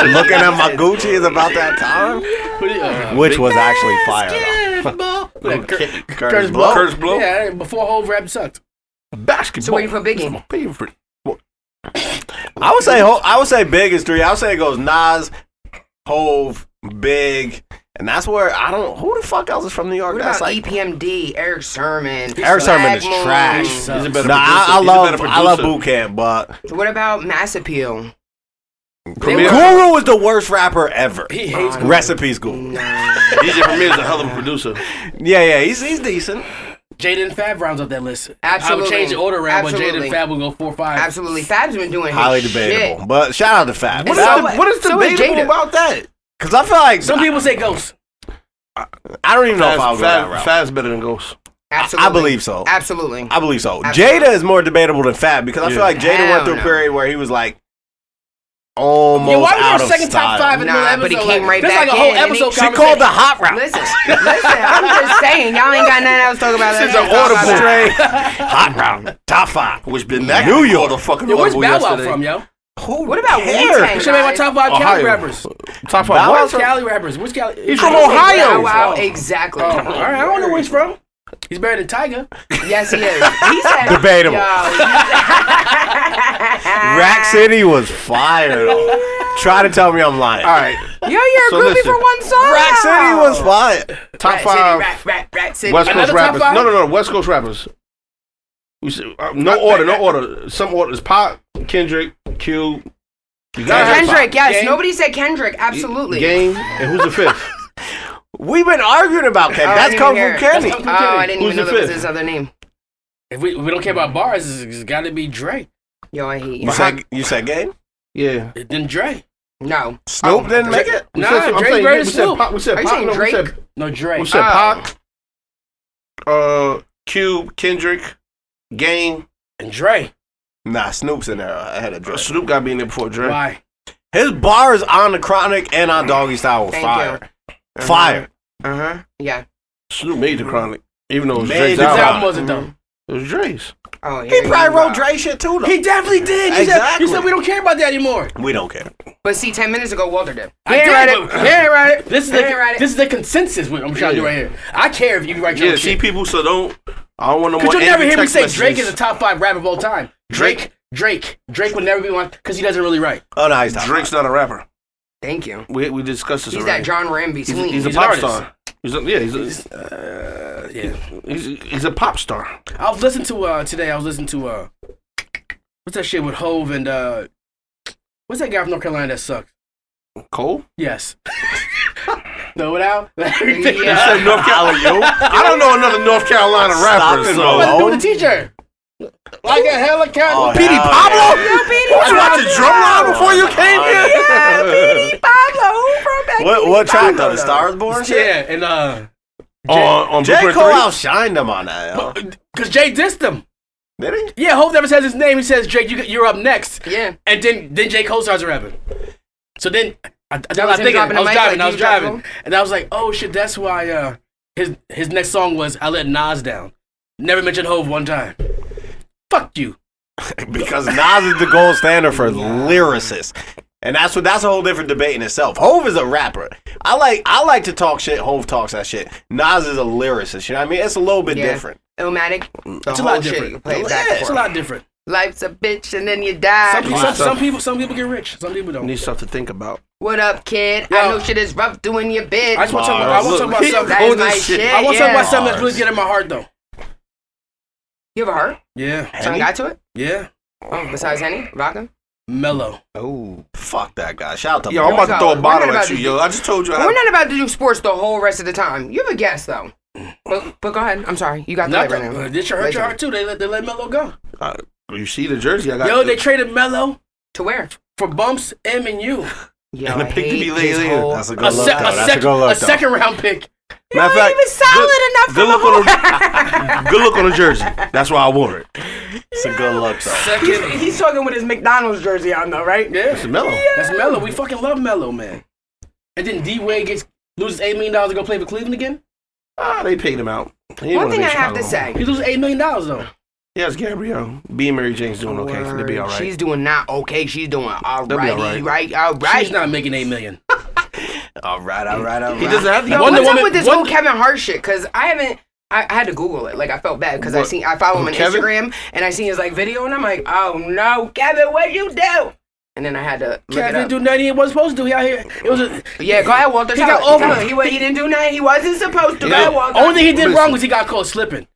hate
looking
you.
at my Gucci is about that time,
What you- uh,
which was actually fire. though.
Basketball. Yeah, Cur-
Curtis
Curtis
Blow.
Blow.
Curtis Blow.
Yeah, before whole rap sucked.
Basketball.
So where you put Biggie?
That's my favorite.
I would say Ho- I would say Big is three. I would say it goes Nas, Hove, Big, and that's where I don't. Who the fuck else is from New York?
What
that's
about E
like
EPMD? Eric Sermon.
Eric Sermon is
Blackmore?
trash.
He's a
Nah,
He's a
better
better
I, I love
producer.
I love Boot Camp, but
What about Mass Appeal?
Premier,
Guru is the worst rapper ever.
He hates.
Nah.
Recipe's
Mm.
cool.
Nah.
DJ Premier is a hell of a producer.
Yeah, yeah, he's he's decent.
Jaden Fab rounds up that list. I
Absolutely.
would change the order around, but
Absolutely.
Jaden Fab will go four five.
Absolutely, Fab's been doing his
Highly
shit.
debatable, but shout out to Fab.
What
What
is
is,
So what- so is Jada.
about that? Because I feel like
Some people say Ghost.
I don't even know if I'll
Faz,
go that route.
Faz, Faz better than Ghost.
Absolutely,
I believe so.
Absolutely.
I believe so.
Absolutely.
Jada is more debatable than Fab because I feel
Yeah.
like Jada
Hell
went through
no.
a period where he was like almost
Yeah, why was
out
our
of
second
style.
top five in the middle
Nah,
of the
but he
episode?
came right
That's
back
like a whole
in, and he-
episode
She called the hot route.
Listen, listen. I'm just saying, y'all ain't got nothing else to talk about.
This is
Let's
an
talk about
audible
that.
straight hot route top five.
Which been that
New York.
the fucking
Yo, where's
Audible
Bow Wow
yesterday.
from, yo?
Who
What about
cares?
Wu-Tang?
Should have been my top five Cali
Ohio.
rappers.
Top
Bow
five.
Wow
What?
Top Cali rappers. Where's Cali?
He's
I
from
don't say
Ohio.
Bow
Wow, wow,
Oh,
exactly.
all right, I don't know where he's from. He's better than Tiger.
Yes, he is. He said,
Debatable.
Yo, he said-
Rack City was fire though. Try to tell me I'm lying.
All right.
Yo, you're a
So
groupie
listen.
for one song.
Rack City was fire.
Top five
Rat City, rat, rat, rat City.
West Coast
Another top
rappers.
five?
No, no, no. West Coast rappers. We s- uh, no order, no order. Some orders. Pop, Kendrick, Q. You gotta have
Kendrick,
Pop.
yes.
Game.
Nobody said Kendrick. Absolutely.
Game. And who's the fifth?
We've been arguing about Kenny.
Oh, I
That's
didn't
Kung
even
Fu
hear it.
Kenny.
Oh, I didn't
Who's
even know
the
that was
fifth?
his other name.
If we, we don't care about bars, it's, it's got to be Dre.
Yo, I hate
You
you.
said you said game.
yeah.
Then Dre.
No.
Snoop didn't make it.
We
Nah,
said, I'm
Drake
saying,
better
we
than
said
Snoop.
Pop. We said
Are you
Pop.
saying
no, we said,
Drake?
No, Dre.
we said
Oh.
Pop. Uh, Cube, Kendrick, Game.
and Dre.
Nah, Snoop's in there. I had a dress.
Snoop got to be in there before Dre.
Why?
His bars on the Chronic and on Doggy Style were
Thank
fire. Fire.
Uh huh. Yeah.
Uh-huh. Snoop made the Chronic, even though it was
Made
Drake's
the
His
Nah.
album
album.
wasn't done.
It was Drake's.
Oh,
He
here you
probably
go.
wrote Dre shit too though.
He definitely did. You
Exactly.
said, you said we don't care about that anymore.
We don't care.
But see, ten minutes ago, Walter did.
I
He ain't
did,
write it.
but-
He ain't write it.
This is
He ain't
the
write it.
this is the consensus we- I'm trying to do right here. I care if you write your
Yeah,
own
see
shit.
people, so don't. I don't want no more.
Because you'll never
angry
hear me
text
say
messages.
Drake is a top five rapper of all time. Drake, Drake, Drake will never be one because he doesn't really write.
Oh no, he's not.
Drake's not a rapper.
Thank you.
We we discussed this
He's
already.
that John Ramby
he's, a-
tween.
he's a
He's an
pop
artist.
star. He's a, yeah, he's a,
Uh, yeah.
he's, he's a pop star.
I was listening to uh today. I was listening to uh, what's that shit with Hove and uh, what's that guy from North Carolina that sucks?
Cole?
Yes. Throw it out.
Yeah.
yeah.
Said North Carolina. I don't know another North Carolina
Stop
rapper. so-
it, bro.
What do with the teacher? Like a helicopter.
Oh,
Petey
hell
Pablo?
yeah. Oh,
You was watching Drumline before you came here?
What what track though? The Stars
Oh,
Born shit.
yeah, and uh,
on on
J.
Blueprint
Cole
3?
outshined him on that. yo.
cause Jay dissed him.
Did he?
Yeah, Hope never says his name. He says Drake, you, you're up next.
Yeah.
And then then J Cole starts rapping. So then I, I, I, was
him
thinking, I
dropping the
was
mic
driving,
like
I was
he dropped
driving,
Hov?
and I was like, oh shit, that's why uh, his his next song was I Let Nas Down. Never mentioned Hove one time. Fuck you.
Because Nas is the gold standard for lyricists. And that's what that's a whole different debate in itself. Hove is a rapper. I like I like to talk shit, Hove talks that shit. Nas is a lyricist, you know what I mean? It's a little bit
Yeah.
different.
Illmatic. The
It's a
whole
lot
shit
different.
you play
Yeah,
back and
it's
It's
forth.
a lot different.
Life's a bitch and then you die.
Some, people,
lot
some,
of
some
stuff.
people some people get rich. Some people don't.
Need stuff to think about.
What up, kid?
Yo.
I know shit is rough doing your bit.
I just want to talk about, I want to talk about
Look,
something.
That
Oh,
is my
this shit.
shit.
I want to
yeah.
talk about something that's really getting in my heart though.
You have a heart?
Yeah,
Something got to it?
yeah.
Oh, besides Henny? Vodka?
Mellow.
Oh.
Fuck that guy. Shout out to
Yo, I'm
Hov.
about to throw a
We're
bottle
not
at you,
about
yo. I just told you. I
We're not about to do sports the whole rest of the time. You have a guess, though. But, but go ahead. I'm sorry. You got the
Not
light
the,
right now.
uh, this should hurt
Right
your
now.
heart too. They let they let Melo go.
Uh, you see the jersey I got?
Yo, they traded Melo
To where?
for bumps M and U.
Yo,
And the
I
pick to
hate
be
his
laid in.
whole-
That's a
A,
good look
se-
though.
a,
That's a
sec-
good
a
look though.
second round pick.
Matter of fact,
solid
good look on the good look on the jersey. That's why I wore it.
It's a good look though.
Second.
He's talking with his McDonald's jersey on though, right?
yeah,
It's mellow.
that's Melo. We fucking love Melo, man. And then D Wade gets loses eight million dollars to go play for Cleveland again.
Ah, they paid him out. He ain't
One
wanna
thing
be
I
in
have to
Chicago.
He
say.
loses eight million dollars though.
Yes, Gabrielle. B and Mary Jane's doing okay. They'll be all right.
She's doing not okay. She's doing
be all
alrighty,
right.
right? All
Right.
right.
He's not making eight million.
All right, all right, all right.
he doesn't have the.
Yo, Wonder
What's
Woman-
up with this
Wonder-
whole Kevin Hart shit? Because I haven't. I, I had to Google it. Like I felt bad because I
What?
seen I follow him on
Kevin?
Instagram and I seen his like video and I'm like, oh no, Kevin, what you do? And then I had to look
Kevin
it
didn't
up.
do nothing he wasn't supposed to do. He out here. It was a,
yeah, go ahead, Walter.
He
tell
got
it.
over
Tell
it.
it. He, wa- he didn't do nothing. He wasn't supposed to. Go ahead, Walter.
only thing he did
Listen.
wrong was he got caught slipping.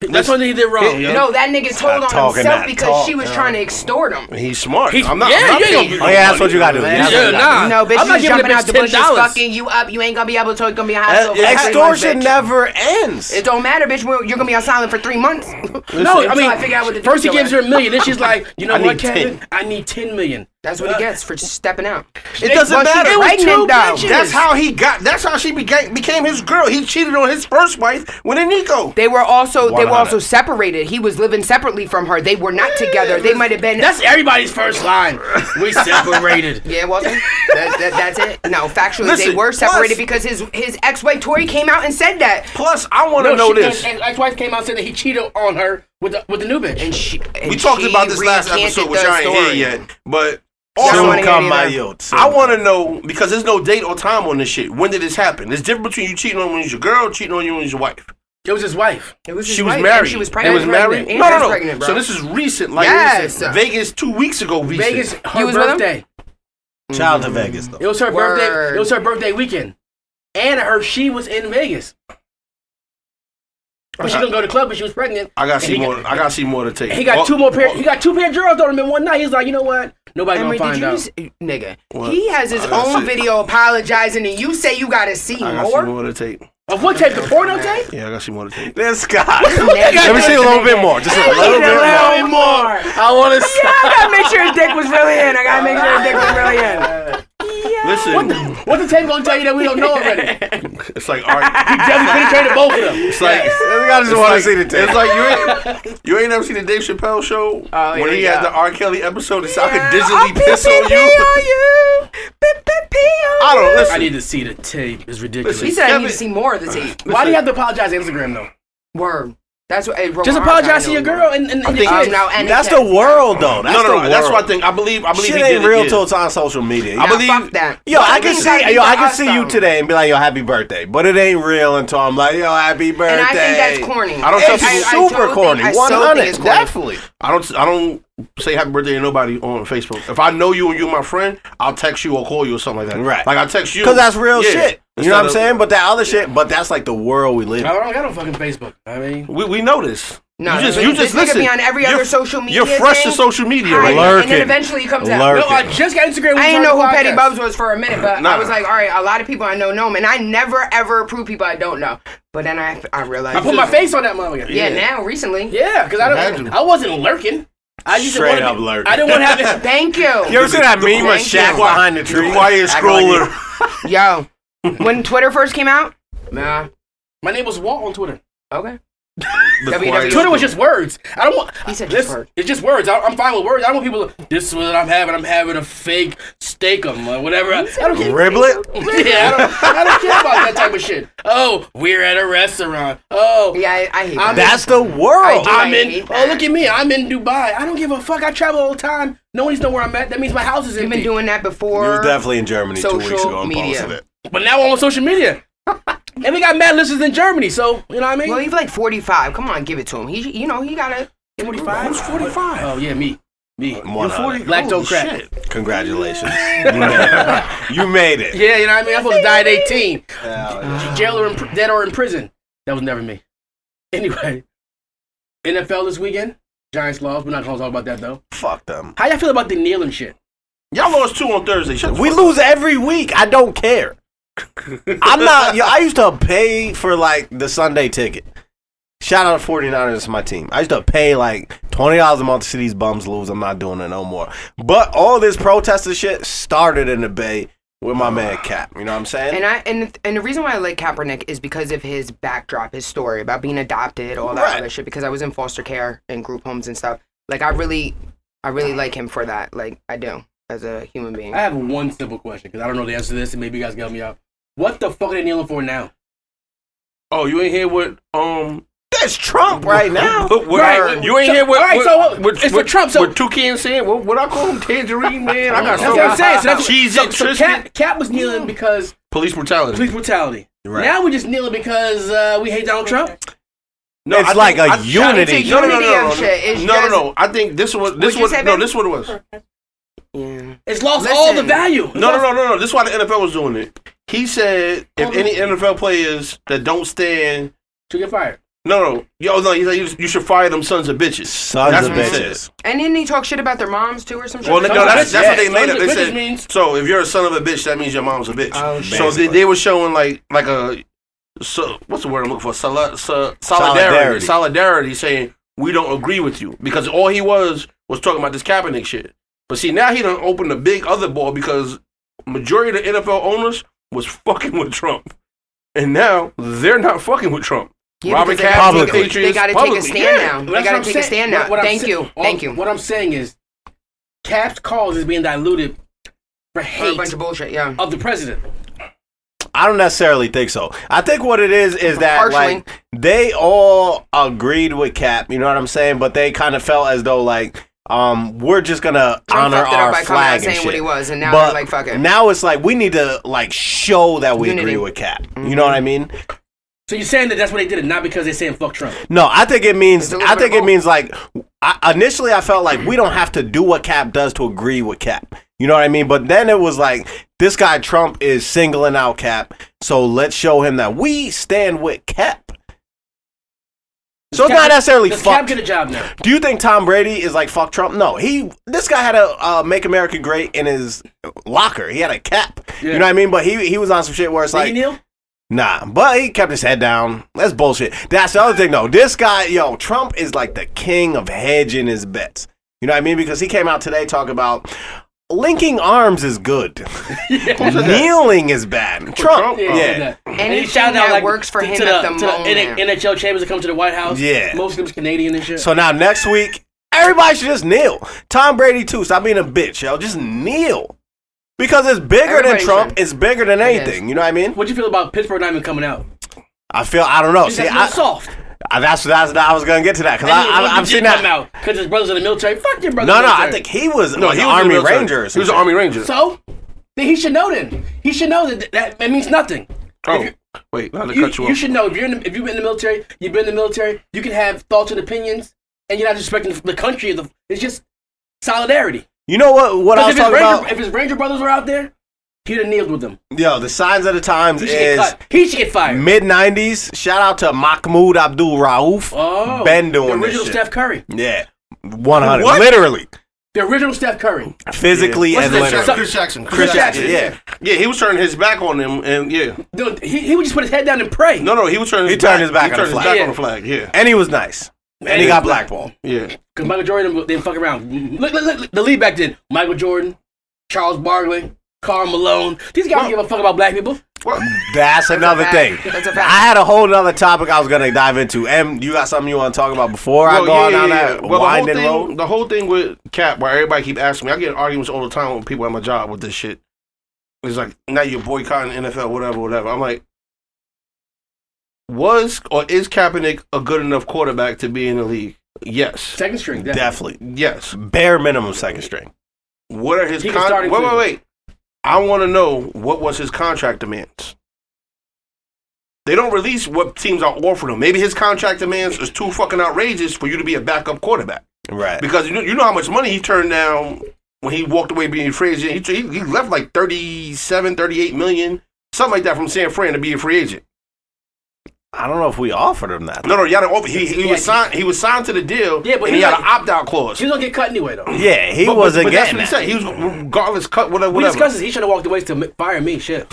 That's
Listen.
only he did wrong. yo.
no, that nigga told
Stop
on
talking
himself
that
because
talk,
she was
yo.
trying to extort him.
He's smart.
He's-
I'm not.
yeah,
I'm not
you ain't
being-
gonna
Oh yeah, that's what you gotta do.
Yeah,
That's what
yeah,
you
nah.
gotta
No, bitch,
I'm not
she's
giving
jumping
the
out
bitch Eh,
the bushes,
$10.
fucking you up. You ain't gonna be able to. It's gonna be a
do.
hospital.
Uh, Extortion never ends.
It don't matter, bitch. We're- You're gonna be on silent for three months.
No,
Until
I mean,
I figure out what to do
first he
with
gives her
your
a million, then she's like, you know
I
what,
need
Kevin?
10.
I need ten million.
That's what he gets for stepping out.
It doesn't
Well, she
matter.
It was
pregnant,
two
though.
bitches.
That's how he got. That's how she became became his girl. He cheated on his first wife with Nico.
They were also they were
100.
also separated. He was living separately from her. They were not together. They might have been.
That's everybody's first line. We separated.
yeah, Walter. that, that, that's it. No, factually,
Listen,
they were separated
plus-
because his his ex wife Tori came out and said that.
Plus, I want to know
she-
this.
And, and ex-wife came out and said that he cheated on her with the, with the new bitch.
And she. And
we talked
she
about this last
recanted
episode, which
the
I ain't
story.
here yet. But
I don't
also,
wanna
Soon
hear
come
it
my
either.
yield. Soon
I
come.
want to know because there's no date or time on this shit. When did this happen? There's difference between you cheating on when it's your girl, cheating on you when it's your wife.
it was his wife.
It was his
She was
wife, and
married.
She was
They
pregnant.
was married.
And
No, no,
was
no.
Pregnant, bro.
So this is recent. Like
Yes.
this is Vegas two weeks ago. Recent.
Vegas, her
You was with him?
birthday.
Shout out to Vegas though.
It was her birthday.
Word.
It was her birthday weekend, and I heard she was in Vegas. But she couldn't go to the club, but she was pregnant.
I gotta see
And he
more. I gotta see more to take.
He got
Oh,
two more pairs.
oh,
He got two pair of drawers on him in one night. He's like, you know what? Nobody
Emery,
gonna
did
find
you
out.
just, nigga?
What?
He has his
I gotta
own
see-
video apologizing, and you say you gotta see
I gotta see
more.
more to take.
Of what tape? The porno tape?
Yeah, I gotta see more to take.
This guy.
Let
Let me see a little bit more. Just a little
a
bit more.
little more.
I want to see.
I gotta make sure his dick was really in. I gotta make sure his dick was really in.
What
Listen,
the, what the tape gonna tell you that we don't know already?
it's like all right.
He definitely penetrated both of them.
It's like.
This guy just
It's
want to
like-
see the tape.
It's like you ain't you ain't ever seen the Dave Chappelle show
Oh,
when
yeah,
he
yeah.
had the R. Kelly episode. He said, I
Yeah,
could digitally
I'll
piss on
pee-pee-pee
you.
on you. Pee-pee-pee on
I don't
I
listen.
need to see the tape. It's ridiculous.
you. He said I need
Kevin-
to see more of the tape.
Why do you have to apologize to Instagram though?
Word. That's what. Hey, bro,
Just
I'm trying
apologize to
know
your girl
more.
and, and, and
I think-
your
Oh,
kids.
now and
That's
he
the
said-
world though. That's
No, no,
the
no.
world.
That's what I think. I believe. I believe
Shit
he
ain't
did
real
it.
till
yeah.
it's on social media.
I
Nah,
believe-
fuck that.
Yo,
But
I
it
can
means
see
gotta be
yo,
to
I can
us,
see you
though.
today and be like, yo, happy birthday. But it ain't real until I'm like, yo, happy birthday.
And I think that's corny.
I don't tell
It's
people-
I- I
super
don't think-
corny.
I so
One
think
hundred,
it's corny.
definitely.
I don't. I don't say happy birthday to nobody on Facebook. If I know you and you're my friend, I'll text you or call you or something like that.
Right.
Like I text you
Because that's real
Yeah.
shit. You
Instead
know what I'm
of-
saying? But that other shit, but that's like the world we live in.
I don't got no fucking Facebook. I mean,
We, we know this.
No,
you just
this-
you
this
just
nigga
listen.
be on every
You're-
other social media
You're fresh
thing.
to social media
Hi,
right now.
Lurk.
And then
Lurking.
eventually he comes out.
Lurk.
no, I just got Instagram. when
I
we
didn't know
started
who
the
Petty
podcast.
Bubs was for a minute, but I
Nah.
was like, all right, a lot of people I know know him, and I never ever approve people I don't know. But then I, I realized.
I put my face on that motherfucker.
Yeah, now recently.
Yeah, because I
Imagine.
don't. I wasn't lurking. I just didn't
Straight
wanna
up
be-
lurking.
I didn't want to have it.
Thank you.
You ever see that meme of
Thank you.
Shaq behind the tree?
Quiet
Act like
scroller.
Yo, when Twitter first came out, nah,
My name was Walt on Twitter.
okay.
The
WWE.
quiet
Twitter was just words. I don't want.
He said
Listen,
just words.
It's just words. I, I'm fine with words. I don't want people. To, this is what I'm having. I'm having a fake steakum or whatever. I, I don't care.
Riblet?
Yeah, I don't, I don't care about that type of shit. Oh, we're at a restaurant. Oh,
Yeah, I, I hate
I'm-
that.
That's the world.
I
I'm in.
hate
Oh,
that.
look at me. I'm in Dubai. I don't give a fuck. I travel all the time. No one's know where I'm at. That means my house is
You've
empty.
been doing that
We
before.
was definitely in Germany two weeks
social
ago and
media.
posted it.
but now I'm on social media, and we got mad listeners in Germany. So you know what I mean.
Well, he's like 45. Come on, give it to him. He, you know, he gotta.
45? Who's 45? Oh, yeah, me. Me.
One hundred.
Lacto crack.
Congratulations. You made it. you made it.
Yeah, you know what I mean? I'm supposed to die at 18.
Hell yeah.
Jail or in, pr- dead or in prison. That was never me. Anyway, NFL this weekend. Giants lost. We're not going to talk about that, though.
Fuck them.
How y'all feel about the kneeling shit?
Y'all lost two on Thursday. Shut the
We
fuck
lose every week. I don't care. I'm not. Yo, I used to pay for like the Sunday ticket. Shout out to 49ers, it's my team. I used to pay like $20 a month to see these bums lose. I'm not doing it no more. But all this protester shit started in the Bay with my man Cap. You know what I'm saying?
And I and and the reason why I like Kaepernick is because of his backdrop, his story about being adopted, all that
Right.
other shit. Because I was in foster care and group homes and stuff. Like I really, I really like him for that. Like I do as a human being.
I have one simple question because I don't know the answer to this, and maybe you guys can help me out. What the fuck are they kneeling for now?
Oh, you ain't here with um.
That's Trump right now.
What, what,
Right.
You ain't
So-
here with.
all right,
with-
so what-
with,
it's for Trump, so-
with two cans saying what? What I call him tangerine man. I got
That's what I'm saying. So that's
cheese
so, so Cap, Cap was kneeling because
police brutality.
police brutality.
Right.
Now we're just kneeling because uh, we hate Donald Trump.
No,
It's
I think-
like a
I- I think
unity.
No, no, no,
Unity
no, no,
of shit. It's
no, no,
just-
no. I think this was this
you
was
say,
no,
baby?
this one was. No,
yeah.
It's lost all the
Listen.
value. It's
no,
lost-
no, no, no. This is why the NFL was doing it. He said if
Hold on.
any NFL players that don't stand,
To get fired.
no, no, yo, no, he said you- you should fire them sons of bitches.
Sons
That's
of
what he said.
bitches.
And then he talk shit about their moms too, or some shit.
Well, no,
Sons of
that's, that's what
bitches.
they made
Sons
up.
of
They
bitches
said
means-
so. If you're a son of a bitch, that means your mom's a bitch.
Oh,
so
shit.
they, they were showing like like a so what's the word I'm looking for? Sol- so, solidarity.
Solidarity.
Solidarity, saying we don't agree with you because all he was was talking about this Kaepernick shit. But see now he done opened a big other ball because majority of the NFL owners was fucking with Trump, and now they're not fucking with Trump.
Yeah,
Robert
because they-
Kraft,
Publicly.
They
Patriots,
gotta take a
publicly.
stand
Yeah.
now.
That's
They
what I'm
gotta take a
saying.
stand
What-
now.
what I'm
Thank
saying-
you,
all-
thank you.
What I'm saying is, Cap's cause is being diluted for
For a
hate
bunch of bullshit. Yeah.
of the president.
I don't necessarily think so. I think what it is is that
Partially.
like they all agreed with Cap, you know what I'm saying? But they kind of felt as though like um we're just gonna
Trump
honor
fucked it up
our
by coming out
flag and
saying
shit.
what he was, and now
but
they're like, fuck it.
now it's like we need to like show that we
Unity. Mm-hmm.
agree with Cap. You know what I mean?
So you're saying that that's what they did it, not because they're saying fuck Trump.
No, I think it means
It's a little
I
bit
think
of
it
both.
means like I, initially I felt like we don't have to do what Cap does to agree with Cap. You know what I mean? But then it was like this guy Trump is singling out Cap, so let's show him that we stand with Cap. So it's
Cap-
not necessarily
Does Cap
fuck.
get a job now?
Do you think Tom Brady is like fuck Trump? No, he. This guy had a uh, "Make America Great" in his locker. He had a cap. You
Yeah.
know what I mean? But he he was on some shit where it's
Did
like
he kneel?
Nah, but he kept his head down. That's bullshit. That's the other thing, though. This guy, yo, Trump is like the king of hedging his bets. You know what I mean? Because he came out today talking about linking arms is good, kneeling is bad. Trump,
Trump?
Oh,
Yeah,
yeah,
Anything that works for him at the
to
moment.
N- NHL chambers that come to the White House.
Yeah.
most of them's Canadian and shit.
So now next week, everybody should just kneel. Tom Brady too. Stop being a bitch, yo. Just kneel. Because it's bigger than
Everybody
Trump.
should.
It's bigger than anything. You know what I mean?
what do you feel about Pittsburgh not even coming out?
I feel I don't know. See,
That's a little
I,
soft.
I, that's that's I was gonna get to that because I,
And he-
I,
he
I've
did
seen
come
that.
out because his brother's in the military. Fuck your brother.
No,
in the
no, I
military.
think he was
No,
like
he
an
was
Army
a military.
Ranger. Or
He was
something.
an Army Ranger.
so. Then he should know. Then he should know that that, that means nothing.
oh, wait, I had to
You,
cut you,
you
off.
should know if you're in the, if you've been in the military, you've been in the military. You can have thoughts and opinions, and you're not respecting the, the country. The, it's just solidarity.
You know what? What I
Because if,
was
his
talking
Ranger-
about?
if his Ranger brothers were out there, he'd have kneeled with them.
Yo, the signs of the times
He should get
is
cut. He should get fired.
mid '90s. Shout out to Mahmoud Abdul Rauf.
oh,
been doing
the
this
original
shit.
Steph Curry.
Yeah, 100.
What?
Literally,
The original Steph Curry.
physically
What's
and
his name?
literally.
So-
Chris Jackson.
Chris Jackson.
Yeah, yeah, he was turning his back on him, and yeah,
No, he, he would just put his head down and pray.
no, no, he was turning.
He
his
turned his back
he
on
turned
the
his
flag.
back on the flag. Yeah,
and he was nice. And he got blackballed.
yeah.
Because Michael Jordan didn't fuck around. Look, look, look, the lead back then. Michael Jordan, Charles Barkley, Carl Malone. These guys don't give a fuck about black people.
That's another thing.
fact. That's a fact.
I had a whole other topic I was gonna dive into. M, you got something you want to talk about before I
Well,
go on down that
Well, the whole
winding
thing,
road?
The whole thing with Cap, why everybody keep asking me, I get in arguments all the time with people at my job with this shit. It's like now you're boycotting NFL, whatever, whatever. I'm like, was or is Kaepernick a good enough quarterback to be in the league? Yes,
Second string. That,
Definitely,
yes.
bare minimum second string.
What are his
He can start
con-
in
Wait, wait,
Cleveland.
wait. I want to know what was his contract demands. They don't release what teams are offering him. Maybe his contract demands is too fucking outrageous for you to be a backup quarterback.
Right.
Because you know, you know how much money he turned down when he walked away being free agent. He, he, he left like 37, 38 million, something like that from San Fran to be a free agent.
I don't know if we offered him that.
No, no, y'all don't offer. He, he was signed. He was signed to the deal.
Yeah, but he
and he had
like-
an opt out clause.
He's gonna get cut anyway, though.
Yeah, he
But- but-
wasn't
but
getting
that's
that.
what he said. He was regardless cut whatever.
We
whatever.
discussed this. He should have walked away to m- fire me. Shit.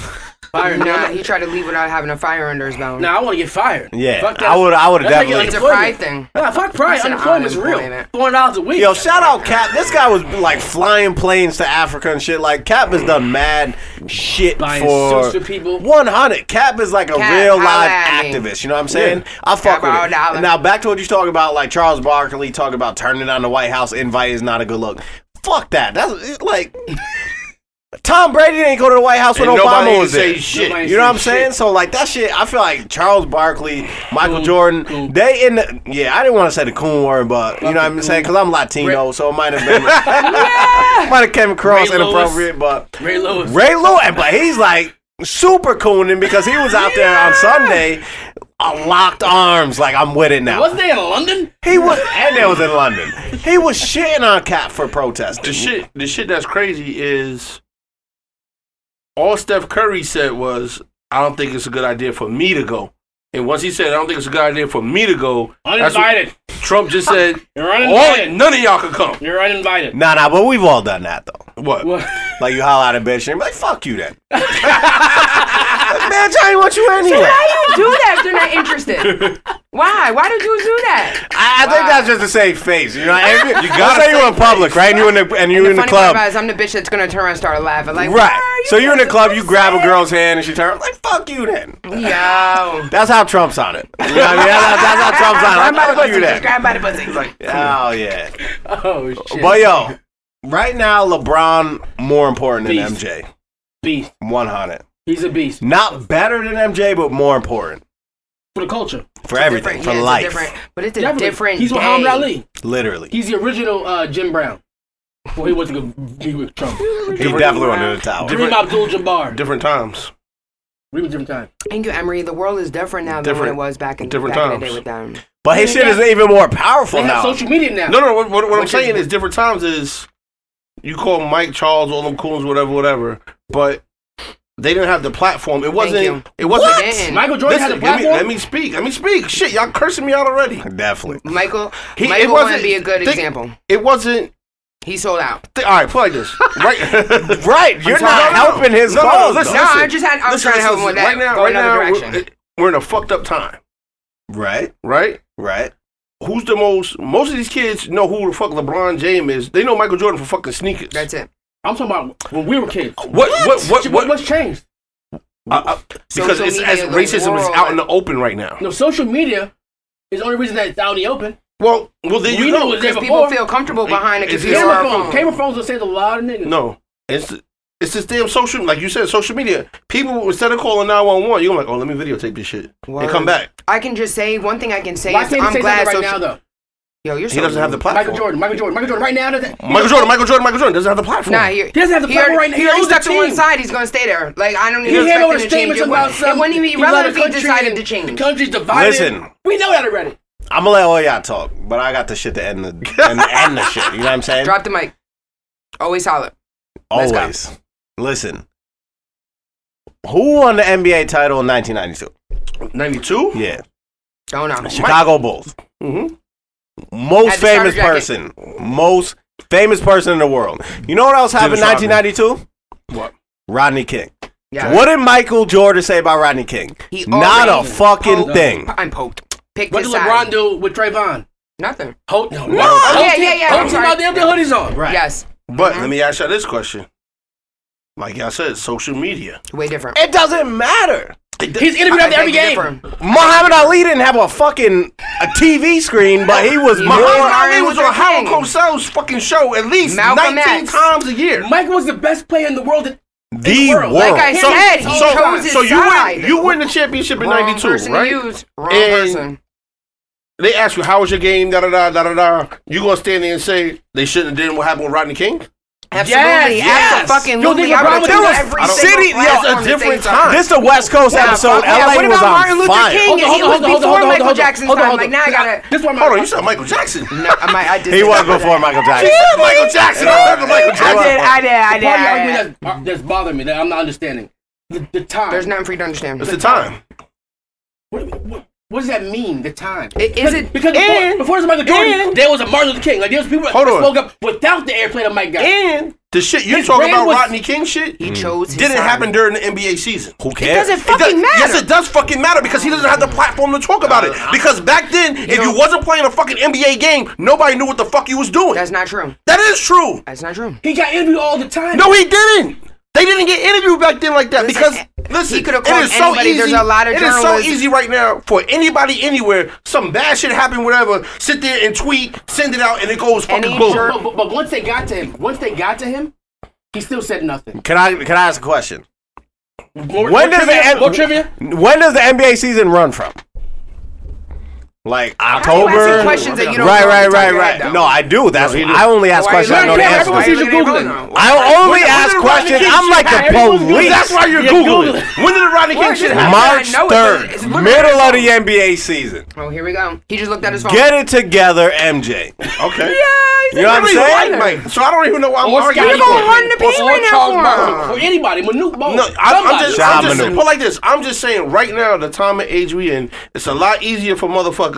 Fire me.
Nah,
Nah,
he tried to leave without having a fire under his bone.
nah, I want to get fired.
Yeah,
Fuck that.
I would- I would've
That's like
definitely-
It's a
unemployment.
pride thing.
Nah, fuck pride.
It's an
Unemployment's real.
unemployment.
Four dollars a week.
Yo, shout out Cap. This guy was like flying planes to Africa and shit. Like Cap has done mad shit
Buying
for
suits to people.
100. Cap is like a
Cap,
real live
holla at me.
activist. You know what I'm saying? I
Cap
fuck
all
with it.
dollar.
Now back to what you talking about. Like Charles Barkley talking about turning down the White House invite is not a good look. Fuck that. That's it, like Tom Brady didn't go to the White House when
And nobody
Obama
ain't
was
say
there.
shit.
Nobody
You know what I'm
Shit.
saying? So like that shit, I feel like Charles Barkley, Michael
Coon,
Jordan,
coon.
they in the yeah. I didn't want to say the coon word, but you know what I'm
Fucking
saying? Because I'm Latino, so it might have been might have came
Ray
across
Lewis.
inappropriate. But
Ray Lewis.
Ray Lewis, but he's like super cooning because he was out there on Sunday, uh, locked arms. Like I'm with it now.
Wasn't they in London?
He was, and that was in London. He was shitting on Cap for protesting.
the shit the shit that's crazy is all Steph Curry said was, I don't think it's a good idea for me to go. And once he said, I don't think it's a good idea for me to go, that's what- Oh,
Uninvited.
Trump just said,
You're
all,
uninvited.
none of y'all could come.
You're uninvited.
Nah, nah, but we've all done that though.
What?
What?
Like you holler at a bitch and be like, "Fuck you," then. like, Bitch, I ain't want you anyway.
Why do you do that if they're not interested? Why? Why did you do that?
I, I think
Wow.
that's just to save face. You know, if you, gotta say you in public, right? And you in the and you
The
in the
funny part
club,
about it is I'm the bitch that's gonna turn around and start laughing. Like,
right? So you're in the club, you grab a girl's hand and she turns like, "Fuck you," then.
Yo.
That's how Trump's on it. You know what I mean? That's, that's how Trump's on
Grab by
it.
the
Like, fuck
pussy.
you,
Just
then.
grab by the pussy. Like,
Oh yeah.
Oh shit.
But yo, right now LeBron more important than
Beast.
MJ.
beast.
One hundred.
He's a beast
Not better than MJ, but more important
for the culture.
for everything,
different-
for
yeah, it's a
life,
different- But it's a
Definitely.
different.
He's Muhammad
day.
Ali.
literally.
He's the original uh, Jim Brown. Well, he went to go be with Trump.
He definitely under the tower.
Kareem Abdul-Jabbar.
Different times.
Read different time.
Thank you, Emery. The world is different now than
Different-
when it was back in,
different
back in the day
times.
with them.
But his shit is even more powerful
Oh,
They have
now.
social media now.
No, no, what, what, what I'm
Which is-
saying is different times is you call Mike Charles, all them coons, whatever, whatever. But they didn't have the platform. It
you.
wasn't. It wasn't.
They didn't.
Michael Jordan had a
Listen, let me,
platform.
let me speak. Let me speak. Shit, y'all cursing me out already.
Definitely.
Michael,
He- it
Michael
wasn't-
wouldn't be a good
think-
example.
It wasn't.
He sold out.
Th- all right, play like this. Right.
Right. You're
I'm sorry. No,
not
no, no.
helping his
No, no,
cause.
listen,
No, I just had. I was
Listen,
trying to help
listen,
him with that.
Right now,
go
right
another
now,
direction.
we're, we're in a fucked up time.
Right.
Right.
Right.
Who's the most? Most of these kids know who the fuck LeBron James is. They know Michael Jordan for fucking sneakers.
That's it.
I'm talking about when we were kids.
what? What? What?
Shit,
What?
What's changed?
I- I- because
Social
it's
media
as
of the
racism is
world.
out in the open right now.
No, social media is the only reason that it's out in the open.
Well, well, then
We
you
knew
know.
it was
It's,
Because
Before-
people feel comfortable behind a
It's-
computer or
Camera
a
phones.
phone.
Camera phones have saved a lot of niggas.
no, it's it's this damn social, like you said, social media. People instead of calling nine one one, you're like, oh, let me videotape this shit and come
Word.
back.
I can just say one thing. I can say
Why
is
can't you
I'm
say
glad.
something right
so-
now though?
Yo, you're
He doesn't have the platform.
Michael Jordan, Michael Jordan, Michael Jordan. Right now, doesn't-
Michael Jordan, Michael Jordan, Michael Jordan doesn't have the platform.
Nah, he,
He doesn't have the
he
platform right
already-
now.
He
He
already
owns the
stepped to one
team.
side. He's gonna stay there. Like I don't
He came
even expect
out
him
with
to change
statements
it.
about some.
It wouldn't even
he
be
let
relevant
the
if he
country-
decided to change.
The country's divided.
Listen.
we know that already.
I'm gonna let all y'all talk, but I got the shit to end the end, end the shit. You know what I'm saying?
Drop the mic. Always holler. let's go.
Always. Listen. Who won the NBA title in 1992?
ninety two.
Yeah,
Don't know.
Chicago Bulls.
Mm-hmm.
Most
Had the starter
famous person.
jacket.
Most famous person in the world. You know what else happened in
Dennis Rodman.
1992?
What?
Rodney King.
Yeah.
What did Michael Jordan say about Rodney King?
He
Not a
already
fucking
poked-
thing.
I'm poked. Pick
What
this
did
side.
LeBron do with Trayvon?
Nothing.
Hold no.
What?
Hold
Oh, Yeah,
him-
yeah, yeah,
Hold
I'm
him
sorry.
out there with the hoodies on.
Right.
Yes.
But
Uh-huh.
let me ask you all this question. Like y'all said, social media.
Way different.
It doesn't matter.
He's interviewed after
I
every
beg to
game.
differ.
Muhammad Ali didn't have a fucking a TV screen, but he was more.
Muhammad
Martin
Ali was
Luther
on Howard
King.
Cosell's fucking show at least
Malcolm
nineteen
X.
times a year.
Michael was the best player in the world. That,
the
world.
world.
Like
Like I
So-
said, he
so,
chose his
so you
side.
win, you win the championship in
Wrong
'92,
person to
right?
use. Wrong
And-
person.
They ask you how was your game, da da da da da da. You gonna stand there and say they shouldn't have done what happened with Rodney King?
Absolutely.
yes.
Absolutely.
Yo, nigga,
I
Brown
would
was-
do
that
every
was-
single
City- yo,
platform
it's a
to say
different
something.
time.
This is the West Coast
Yeah,
episode.
fuck yeah.
LA
What
was
about
on
Martin Luther
fire.
King? he was before Michael Jackson's time. Like, now I gotta-
This one,
Hold on, you said Michael Jackson.
No, I, might- I did
He
say
was
something.
before Michael Jackson.
Yeah, Michael Jackson. I heard of Michael
I
Jackson.
did. I did. I
Part of
did.
the
I did.
argument that's, that's bothering me that I'm not understanding. The, the time.
There's nothing for you to understand.
It's the time.
What, what, what does that mean? The time.
It- is it-
because before,
and-
before it was Michael Jordan,
and-
there was a Martin Luther King. Like there was people that
Hold on.
spoke up without the airplane of Mike got.
And the shit you talking
brain
about,
was-
Rodney King shit,
He chose his
didn't
side.
happen during the NBA season.
Who
It
cares?
It
doesn't
does-
fucking matter. Uh,
Yes, it does fucking matter because he doesn't have the platform to talk about it. Because back then, if you
don't-
wasn't playing a fucking NBA game, nobody knew what the fuck you was doing.
That's not true.
That is true.
That's not true.
He got interviewed all the time.
No, he didn't. They didn't get interviewed back then like that
Listen, eh,
because listen,
he could've
it
called
is so
anybody.
easy.
There's a lot of
it is so
journalists-
easy right now for anybody anywhere. Some bad shit happen, whatever. Sit there and tweet, send it out, and it goes fucking
Any
boom.
jour-
But, but, but once they got to him, once they got to him, he still said nothing.
Can I can I ask a question?
More,
When
more
does
trivia?
the end-
More trivia?
When does the NBA season run from? Like
you
October.
asking questions that you don't
right,
know
right,
off the top
right,
of your
right.
head, though?
No, I do. That's
he do.
I only ask
Why are you
questions I know the
looking at
answer.
everyone? Everyone's
Why are
to.
you
Googling.
looking at Googling?
I only
When did
ask
Rodney
questions.
King
I'm
shit
like
happen?
the police.
That's why you're
You're
googling.
Googling.
When did the Rodney King
Word,
shit
just-
happen?
March
I know it doesn't- it's
third,
literally-
middle of the NBA season.
Oh, here we go. He just looked at his phone.
Get it together, MJ.
Okay.
Yeah,
You know what I'm
I don't even
saying?
like Mike, so I don't even know why I'm
Or
arguing.
Scottie
with
Pippen.
him.
run the
Or
piece right now
Charles
for him.
Barkley. Or anybody. Manute Ball.
No, I, I'm just, I'm just
Domino.
put like this. I'm just saying right now, the time and age we in, it's a lot easier for motherfuckers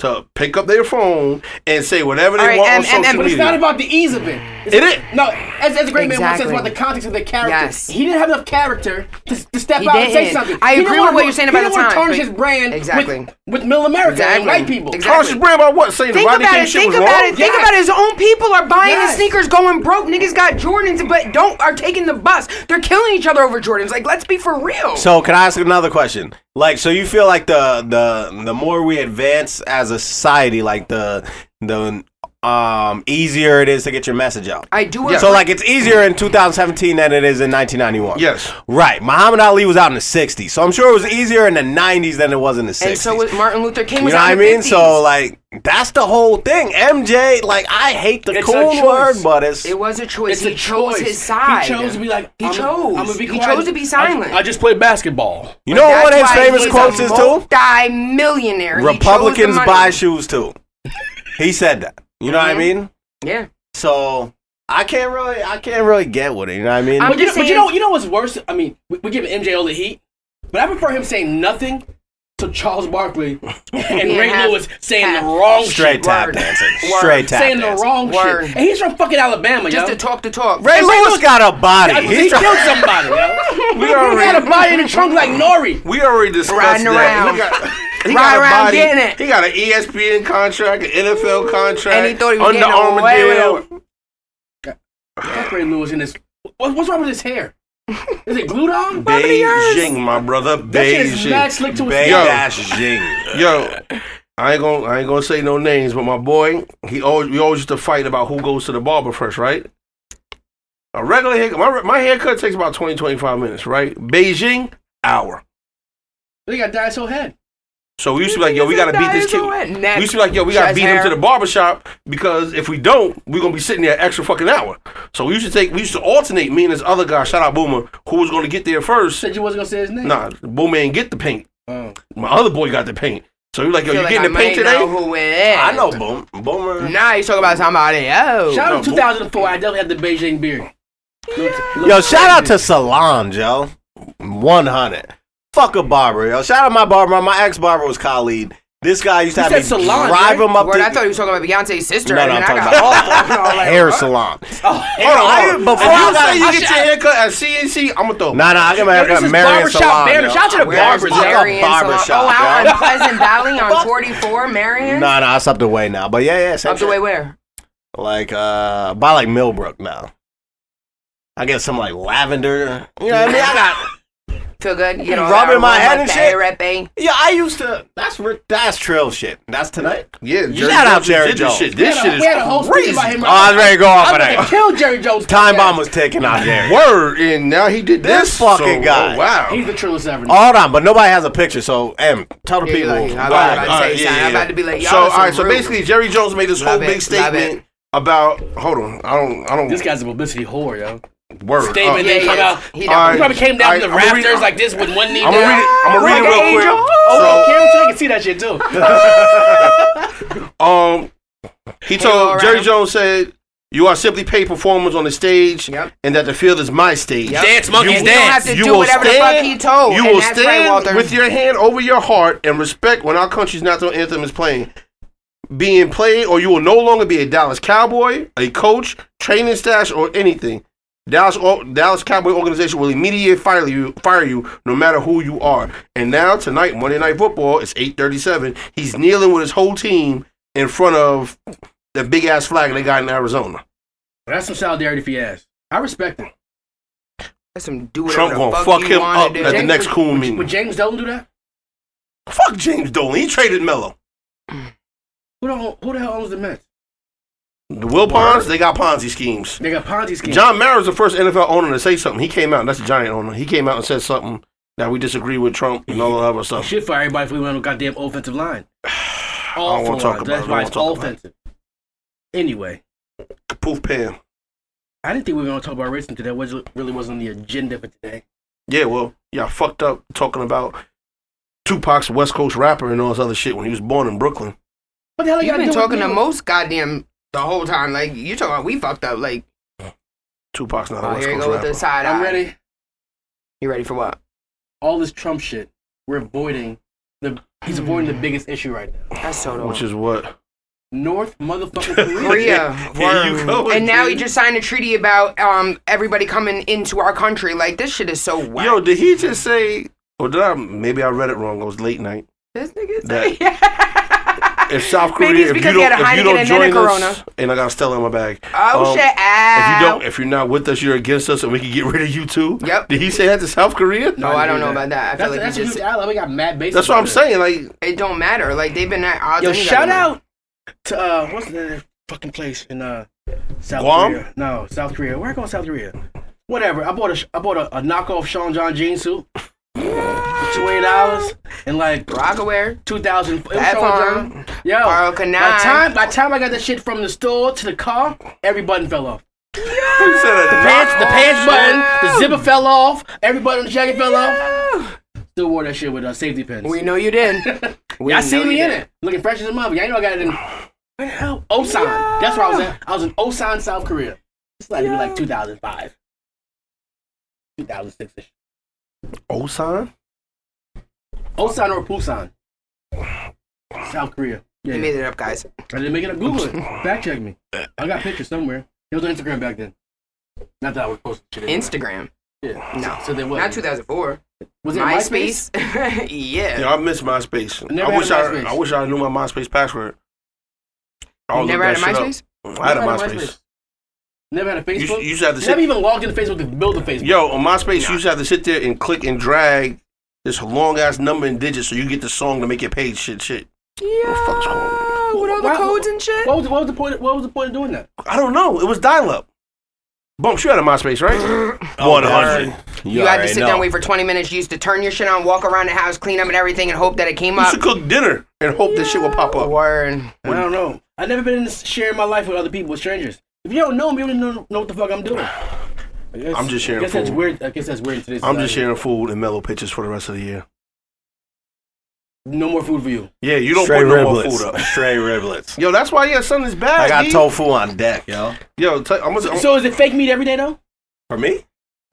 to pick up their phone and say whatever they
All right,
want
and-
on
and- and-
social
but
But it's not
media.
about the ease of it. It's
It is.
No, as, as a great man once says
Exactly.
about the context of the character,
Yes.
he didn't have enough character to, to step
He
out and say
didn't.
something.
I
He didn't
agree
wanna
with what
ru-
you're saying
he
about
didn't
the
wanna
time,
tarnish
but-
his brand
Exactly.
with, with middle America and
Exactly.
white people.
Exactly.
Conscious brand about what? Saying the
Think
Rodney
about
King
it.
shit
Think
was
about
wrong?
it. Think about it. His own people are buying
Yes.
his sneakers, going broke. Niggas got Jordans, but don't are taking the bus. They're killing each other over Jordans. Like, let's be for real.
So can I ask another question? Like, so you feel like the the the more we advance as a society, like the the um easier it is to get your message out.
I do. agree.
So like it's easier in 2017 than it is in 1991.
Yes.
Right. Muhammad Ali was out in the 60s, so I'm sure it was easier in the 90s than it was in the 60s.
and so was Martin Luther King.
you know
Was
what I
out in the
mean?
50s.
So like that's the whole thing. MJ, like I hate the
It's a
cool
choice.
word, but it's
it was a choice.
It's
he
a
chose
choice.
his side.
He chose to be like.
He
I'm,
chose.
I'm gonna be
He
quiet.
chose to be silent.
I, I just played basketball.
you know what one of his famous
he's
quotes is too?
Die millionaire. He chose the
Republicans
money.
buy shoes too. he said that. You know what I mean?
Yeah.
So I can't really, I can't really get with it. You know what I mean?
I'm
But you, know,
just
but you
saying-
know, you know what's worse? I mean, we, we give MJ all the heat, but I prefer him saying nothing to Charles Barkley and
Yeah,
Ray
half-
Lewis saying
half.
the wrong
Straight
shit,
tap
Word.
dancing.
Word.
Straight tap
saying the
dancing.
wrong
Word.
shit, and he's from fucking Alabama,
Just
yo.
to talk the talk.
Ray
Ray
Lewis
Lewis-
got a body.
he
He's
killed
trying.
somebody, yo.
We
He had a
already,
body in the trunk like Nori.
we already discussed
Riding
that.
around.
He got, he
Ride
got a
around
body.
getting it.
He got an E ESPN contract, an NFL contract,
And he thought he was
Under
getting
Armour
away with
deal.
it.
Fuck Ray Lewis in this. What, what's wrong with his hair? Is it glued on?
Beijing, my brother.
That shit is mad
Beijing.
slick to his
Bay
Yo,
Dash Jing.
Yo, I ain't gonna I ain't gonna say no names, but my boy, he always we always used to fight about who goes to the barber first, right? A regular haircut, my my haircut takes about 20, 25 minutes, right? Beijing, hour.
They got Dinosaur head.
So we used to be like, yo, we gotta beat this kid. We used to be like, yo, we gotta
Chest
beat
hair.
him to the barbershop because if we don't, we're gonna be sitting there an extra fucking hour. So we used to take, we used to alternate me and this other guy, shout out Boomer, who was gonna get there first.
Said you wasn't gonna say his name.
Nah, Boomer ain't get the paint.
Mm.
Oh.
My other boy got the paint. So he was like, yo,
Feel
you
like I
getting the paint
might
today?
Know who it is.
I know Boom Boomer.
Now you talking about somebody else.
Shout out to
No,
2004. I definitely had the Beijing beard.
Yo, shout out to Solange, yo. 100. Fuck a barber, yo. Shout out my barber. My ex barber was Khalid. This guy used to
You
have me
said Solange,
drive
right?
him up
Word, I
to
thought you were talking about Beyonce's sister.
No, no,
and
I'm
then
talking
I got
about
awful. And I was like,
hair
what?
salon.
Oh,
Hold on,
hell
hold
no.
on. Before
If
I
you
got-
say you
I
get
should-
your haircut at CNC, I'm gonna throw.
Nah, nah, I can
Yo,
marry
this
a
is
Marion
barbershop
Salon.
banner.
yo.
Shout out to the
Fuck
barbers,
a
Marion salon.
barbershop,
Oh, out
yo.
in Pleasant Valley on 44, Marion.
Nah, nah, it's up the way now. But yeah, yeah, same
Up the
shit.
way where?
Like, uh, by like Millbrook now. I get some like lavender. You know what I mean? I got.
Feel good? You know,
Rubbing
that
my
aroma,
head and
that
shit.
Arape.
Yeah, I used to. That's ri- that's trail shit. That's tonight.
Yeah, Jerry
Shout out
Jones
Jerry
did this
Jones.
shit.
We had
This
a-
shit is
we had a whole
crazy.
thing about him.
Oh, I was ready to go off
I'm
of
gonna
that.
kill Jerry Jones.
Time bomb was taken out there.
Word, and now he did
This
this.
fucking
so,
guy.
oh, wow.
He's the truest ever.
Oh, hold on, but nobody has a picture. So, M, tell the
Yeah,
people.
like, I'm
why-
about to
all
say
right,
something.
yeah,
I'm
yeah.
about to be like, y'all
so,
are
all
some
right. So
rude.
basically, Jerry Jones made this whole
Love it,
big
love it.
statement about. Hold on, I don't, I don't. Uh,
This guy's a publicity whore, yo.
word.
Statement
yeah,
then come
yeah.
out.
He
He
definitely-
probably came down
Alright,
from the
I'ma read-
rafters like this with one knee
I'm gonna
down.
read it. I'm gonna read
Like an
it real
angel.
quick.
Oh, camera, so I can see that shit too.
Um, he
all
told
right.
Jerry Jones said, "You are simply paid performers on the stage,
Yep.
and that the field is my stage.
Yep.
Dance monkeys
You-
You don't have
dance.
to
You
do
will
whatever the fuck
stand-
he told.
You
Oh, and
will
that's
stand
right, Walter.
with your hand over your heart and respect when our country's national anthem is playing, being played, or you will no longer be a Dallas Cowboy, a coach, training stash, or anything. Dallas or, Dallas Cowboy organization will immediately fire you, fire you, no matter who you are. And now tonight, Monday Night Football, it's eight thirty-seven. He's kneeling with his whole team in front of the big ass flag they got in Arizona.
That's some solidarity for your ass. I respect it.
That's some do whatever
Trump
the
gonna
fuck,
fuck
you
him
wanna
up
do.
at the
James-
next cool
would-
meeting.
Would James Dolan do that?
Fuck James Dolan. He traded Melo.
Who the hell, who the hell owns the Mets?
The Will Ponds, they got Ponzi schemes.
They got Ponzi schemes.
John Mara was the first NFL owner to say something. He came out, that's a giant owner. He came out and said something that we disagree with Trump and all that other stuff.
shit for everybody if we went on goddamn offensive line.
I don't
Awful
wanna
lines.
talk about it.
That's
I
why
don't
it's
wanna
all
talk about it.
offensive. Anyway,
Poof Pam.
I didn't think we were going to talk about racism today. That was, really wasn't on the agenda for today.
Yeah, well, y'all fucked up talking about Tupac's West Coast rapper and all this other shit when he was born in Brooklyn.
What the hell
You've
gotta
been
do with
talking to
me?
most goddamn the whole time. Like you talking about we fucked up. Like
Tupac's not a
oh,
West
here you
Coast
go with
rapper.
the side eye.
I'm ready.
You ready for what?
All this Trump shit, we're avoiding the. He's avoiding the biggest issue right now.
That's so dumb.
Which is what?
North motherfucking Korea.
Korea.
Here you
word.
go
and now
again.
he just signed a treaty about um everybody coming into our country. Like this shit is so whack.
Yo, did he just say, or did I, maybe I read it wrong, it was late night.
this nigga
that-
said, yeah.
If South Korea,
Maybe it's
if you
because he
don't,
had a
if you
Heineken
don't
and then
join
a
us,
Corona.
and I got Stella in my bag.
Oh
Um,
shit!
If you don't,
Ow.
if you're not with us, you're against us, and we can get rid of you too.
Yep.
Did he say that to South Korea?
No, Oh, I don't know about that. I
That's,
feel like
that's
he
a
just
huge ally. We got mad bases.
That's what I'm saying. Like,
it don't matter. Like they've been at odds.
Yo,
with each
shout
other.
out to uh, what's the fucking place in uh South
Guam?
Korea? No, South Korea. Where I go, in South Korea? Whatever. I bought a I bought a, a knockoff Sean John jean suit for twenty dollars and like
Rockaware.
two thousand. It was
Bad
Sean
farm.
John. Yo,
Carl
by
Canine.
time by time I got that shit from the store to the car, every button fell off.
he said that.
Pants, the pants button, the
shit.
zipper fell off, every button on the jacket fell off. Still wore that shit with uh, safety pins.
We know you did. We
Y'all
know
seen
you
me in
did.
it, looking fresh as a mother. Y'all know I got it in. Where the hell? Osan. That's where I was at. I was in Osan, South Korea. It's like, like 2005, 2006 ish.
Oh, Osan?
Osan or Busan? South Korea. Yeah,
They
yeah.
made it up, guys.
I didn't make it up. Google it. Fact check me. I got pictures somewhere. It was on Instagram back then. Not that I was posting shit. anyway.
Instagram.
Yeah.
No.
So then what?
Not 2004.
was it MySpace?
MySpace? yeah.
Yeah, I miss MySpace.
I never
I wish
had a
I,
MySpace.
I wish I knew my MySpace password. I
You never had
looked
a
that
MySpace?
shit up. I had a
Never
MySpace.
Never had a
You,
Facebook.
you used to have to sit.
Never even logged into Facebook to build a Facebook.
Yo, on MySpace, you used to have to sit there and click and drag this long ass number and digits so you get the song to make your page. Shit, shit.
Yeah.
the fuck's going on?
With all the
Why-
codes and shit.
What was, what was the point? What was the point of doing that?
I don't know. It was dial up. Bumps, you had a MySpace, right? Oh, One hundred.
oh, You had to sit down, wait for 20 minutes. You used to turn your shit on, walk around the house, clean up and everything, and hope that it came
You
up.
should cook dinner and hope this shit will pop up.
Word.
I don't know. I've never been in this sharing my life with other people, with strangers. If you don't know me, you don't know, know what the fuck I'm doing. I guess,
I'm just sharing
I guess that's
food.
weird. I guess that's weird in today's
I'm just
society.
sharing food and mellow pictures for the rest of the year.
No more food for you.
Yeah, you don't
Stray
put no
riblets.
more food up.
Stray riblets.
Yo, that's why your son is bad.
I got
D.
tofu on deck, yo.
Yo, t- I'm gonna. I'm,
So is it fake meat every day though?
For me?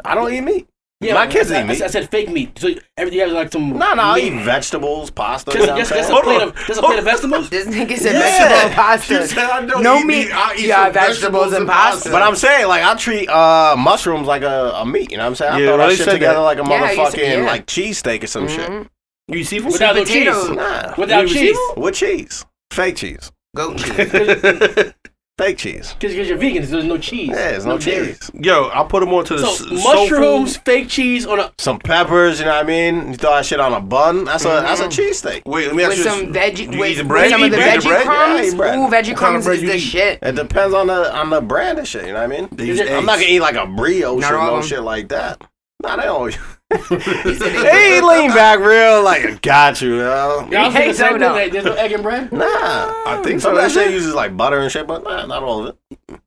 I don't eat meat.
Yeah,
My kids
I,
eat
I,
meat.
I said fake meat. So every you have like some.
No, no, I
meat.
eat vegetables, pasta.
Just,
you know what
just,
I'm
just a
saying?
Hold
plate
on.
of just a plate of vegetables.
This nigga said
Yeah.
vegetable and pasta.
You said I don't
no
eat
meat.
meat, I eat
yeah,
some
vegetables,
vegetables
and
and
pasta.
pasta.
But I'm saying, like, I treat uh, mushrooms like a, a meat. You know what I'm saying?
Yeah,
I
well,
throw that
they
shit
said
together
that.
like a
Yeah, you
motherfucking
said- yeah. Mm-hmm.
like cheesesteak or some shit.
you see food?
Without no
potatoes.
cheese.
Nah.
Without
You ever
cheese.
seen
With cheese. Fake cheese.
Goat cheese.
Fake cheese.
Because you're vegan, so there's no cheese.
Yeah, there's no,
dairy.
cheese.
Yo, I put them on to the
So
s- soul
mushrooms,
food.
fake cheese on a.
Some peppers, you know what I mean? You throw that shit on a bun. That's a that's a cheesesteak.
Wait, let me ask
with
you. this.
some veggie,
Do you
with,
eat the bread?
with some
You
of the
eat
veggie
the bread?
Yeah, I
crumbs.
eat bread.
Ooh, veggie
kind of
crumbs
bread
is
you
the
eat?
shit.
It depends on the on the brand and shit. You know what I mean?
They use
it-
eggs.
I'm not gonna eat like a brioche
Not
or
all of
no
them.
shit like that. Nah, they don't.
said they-
they lean back real like got you. you know?
Yeah, I was thinking
Hey,
the same
no,
thing,
no.
like, there's no egg and bread.
Nah, I think
so.
some of that shit uses like butter and shit, but nah, not all of it.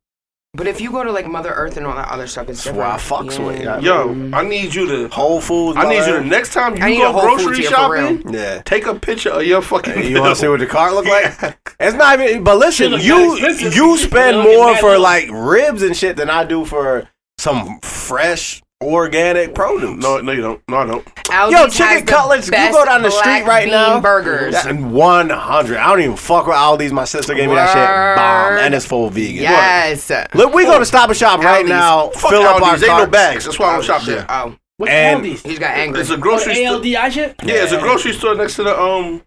But if you go to like Mother Earth and all that other stuff, it's
That's
different.
why I fucks with. You know what I mean?
Yo, I need you to.
Whole Foods.
I need
butter.
you to next time you
I need a
go
Whole Foods
grocery
here for
shopping,
Yeah.
take a picture of your fucking.
Hey, you want
bill.
to see what the car look like? It's not even. But listen,
Shit look
you
mad expensive.
you
It
spend
look
more
mad
for
low.
like ribs and shit than I do for some fresh organic produce.
No, no, you don't. No, I don't.
Aldi's
Yo, chicken
has the
cutlets, you
best
go down the street
black
right
bean
now.
Burgers.
That- 100. I don't even fuck with Aldi's. My sister gave me that
Word.
shit. Bomb. And it's full vegan.
Yes.
Look, we go to Stop and Shop right
Aldi's.
now.
Fuck
fill up our
Aldi's. Ain't no
carts.
bags. That's why I
Oh,
don't shop
shit.
there.
Oh,
What's
And-
Aldi's?
he just got angry.
It's a
Oh,
grocery store.
ALDI shit.
Yeah, it's a grocery store next to the um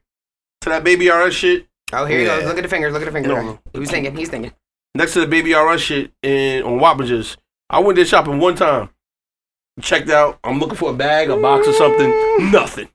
to that Baby RS shit.
Oh, here
Yeah.
he goes. Look at the fingers. Look at the fingers.
No,
Okay.
no.
He was thinking. He's thinking.
Next to the Baby RS shit in on Wappingers. I went there shopping one time. Checked out. I'm looking for a bag, a box, or something. Nothing.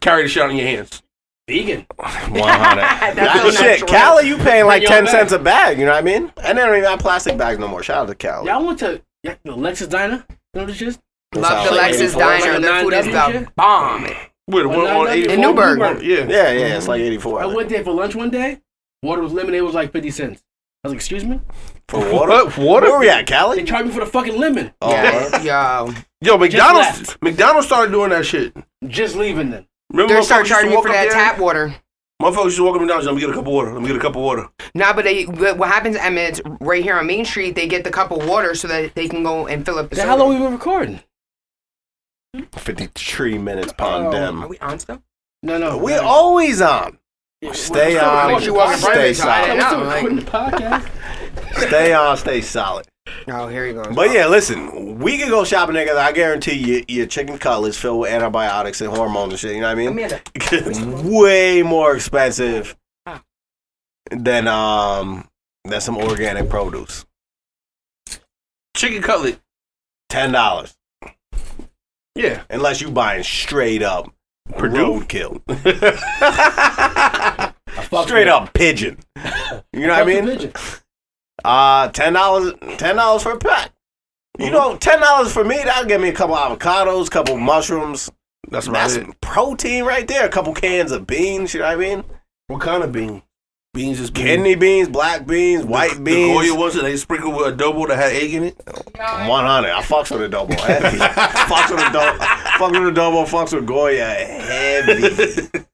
Carry the shit out in your hands.
Vegan.
100.
That's
That
so
shit,
natural.
Cali, you paying like
Bring your
10
bag.
cents a bag, you know what I mean? And they don't even have plastic bags no more. Shout out to Cali.
Y'all went to yeah, the Lexus Diner. You know this shit?
That's
Love
how
the
it
Lexus
is.
Like
Diner.
a
The food is
9W
the
shit?
bomb.
Where the
Oh,
one
no,
on
no,
84?
In Newburgh.
Yeah.
Yeah, yeah, it's like 84.
I
I think.
went there for lunch one day. Water was lemonade was like fifty cents. I was like, excuse me?
For water?
Water?
Where we at,
They
Cali?
charged me for the fucking lemon.
Oh,
Yeah. Yo.
Yo, McDonald's.
left.
McDonald's started doing that shit.
Just leaving them.
Remember,
They're
motherfuckers used
starting
to
charging me
walk
for
up
that
there?
tap water.
Motherfuckers used to walk up and down. Let me get a cup of water. Let me get a cup of water.
Nah, but they, what what happens, Emmett, right here on Main Street, they get the cup of water so that they can go and fill up the
Then
soda.
how long we been recording?
53 minutes upon
Are
them.
we on still?
No, no.
We
no.
always on.
Yeah,
Stay
we're-
on.
you walking
Stay
private, so I
Yeah,
didn't
solid.
we're
know,
still
like-
recording the podcast.
Stay on, stay solid.
Oh, here he goes.
But yeah, listen, we could go shopping together. I guarantee you, your chicken cutlets filled with antibiotics and hormones and shit. You know what I mean?
Amanda.
way more expensive than um than some organic produce.
Chicken cutlet.
Ten dollars,
Yeah.
unless you buying straight up
Purdue?
roadkill,
I fucked
straight
with it.
up pigeon. You know what I
Fucked with
mean?
pigeon.
Uh, ten dollars, ten dollars for a pack. You
Mm-hmm.
know, ten dollars for me that'll get me a couple avocados, couple mushrooms.
That's about
That's
it. Mm.
protein right there. A couple cans of beans. You know what I mean?
What kind of bean? Beans is bean.
Kidney beans, black beans, white beans.
The Goya ones that they sprinkled with adobo that had egg in it.
One hundred. I fucks with adobo heavy. fucks with adobo. Fucks with adobo. Fucks with goya heavy.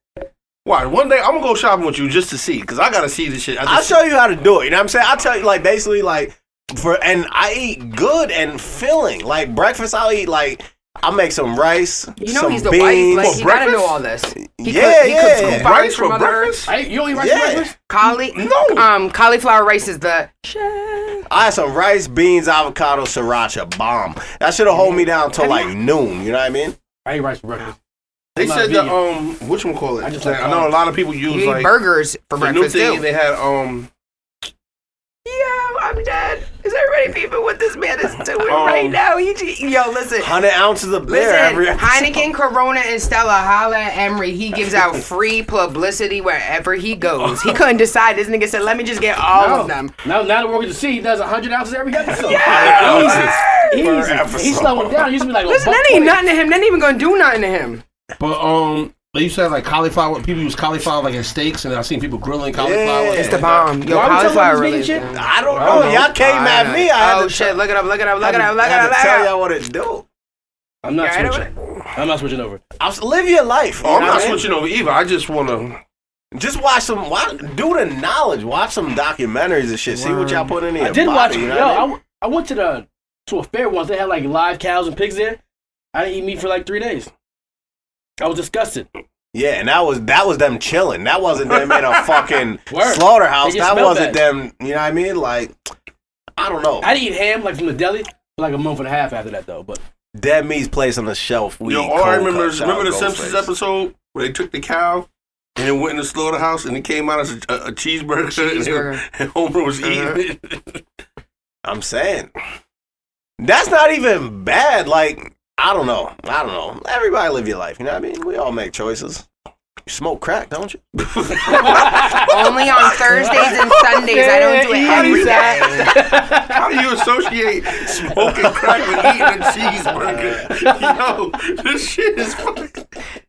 Why? One day I'm gonna go shopping with you just to see, cause I gotta see this shit. I
I'll
just,
show you how to do it. You know what I'm saying? I'll tell you, like basically, like for and I eat good and filling. Like breakfast, I'll eat like I make some rice,
You know
some
he's the
beans.
wife. Like, he gotta
breakfast?
know all this. He
Yeah,
cook- he cooks
yeah.
coupons
Rice
from
for
Mother Earth.
breakfast?
I, you only rice
Yeah.
and breakfast?
Colli-
No.
um, cauliflower rice is the chef.
I had some rice, beans, avocado, sriracha, bomb. That should have hold me down till like noon. You know what I mean?
I eat rice for breakfast.
They
I'm not
said that
vegan.
um, which one call it?
I
I,
just
just
like
I know a lot of people use
You eat
like
burgers for
the new
breakfast
thing.
too.
They had um,
Yo, I'm dead. Is everybody people what this man is doing
Oh.
right now? He, j- yo, listen.
Hundred ounces of beer every
Listen,
episode.
Heineken, Corona, and Stella holla at Emery. He gives out free publicity wherever he goes. He couldn't decide. This nigga said, "Let me just get all
Oh,
of them."
Oh. Now, now that we're going to see, he does 100 ounces every episode. Easy.
Per episode.
He's slowing down. He used to be like,
Listen,
a buck
that ain't
20.
nothing to him. That ain't even gonna do nothing to him.
but um, they used to have like cauliflower. People use cauliflower like in steaks, and I've seen people grilling cauliflower.
Yeah. It's
It's the bomb. Yo,
Why we talking about
cauliflower
this
really.
vegan
is
shit?
good.
I don't
I don't
know.
know.
Y'all came at me. Oh, I had
oh
to
shit! Look it up. Look it up. Look it
I
up.
had
Look it
to
up. Look
tell
it up.
y'all what to do.
I'm not
Yeah, I know
switching. I'm not switching over.
I'm, live your life.
Oh,
you
I'm
know
not
what I mean?
switching over either. I just wanna.
Just watch some. Watch, do the knowledge. Watch some documentaries and shit. See what y'all put in your
I did
body,
watch.
You
Yo,
know
I,
what I mean?
w- I went to the to a fair once. They had like live cows and pigs there. I didn't eat meat for like three days. I was disgusted.
Yeah, and that was that was them chilling. That wasn't them in a fucking
Word.
slaughterhouse.
They just
That
smelled that.
wasn't them. You know what I mean? Like, I don't know.
I didn't eat ham like from the deli for like a month and a half after that though. But
Dead meat's place on the shelf. We
Yo,
eat
all I
cold
remember
cuts,
is remember the
Goldface.
Simpsons episode where they took the cow and it went in the slaughterhouse and it came out as a, a, a cheeseburger, and-
Cheeseburger. Uh-huh.
And, Homer was eating it.
I'm saying that's not even bad. Like, I don't know. I don't know. Everybody live your life. You know what I mean? We all make choices. You smoke crack, don't you?
Only on Thursdays and Sundays. I don't do it every day.
How do you associate smoking crack with eating a cheeseburger? Yo, this shit is fucking.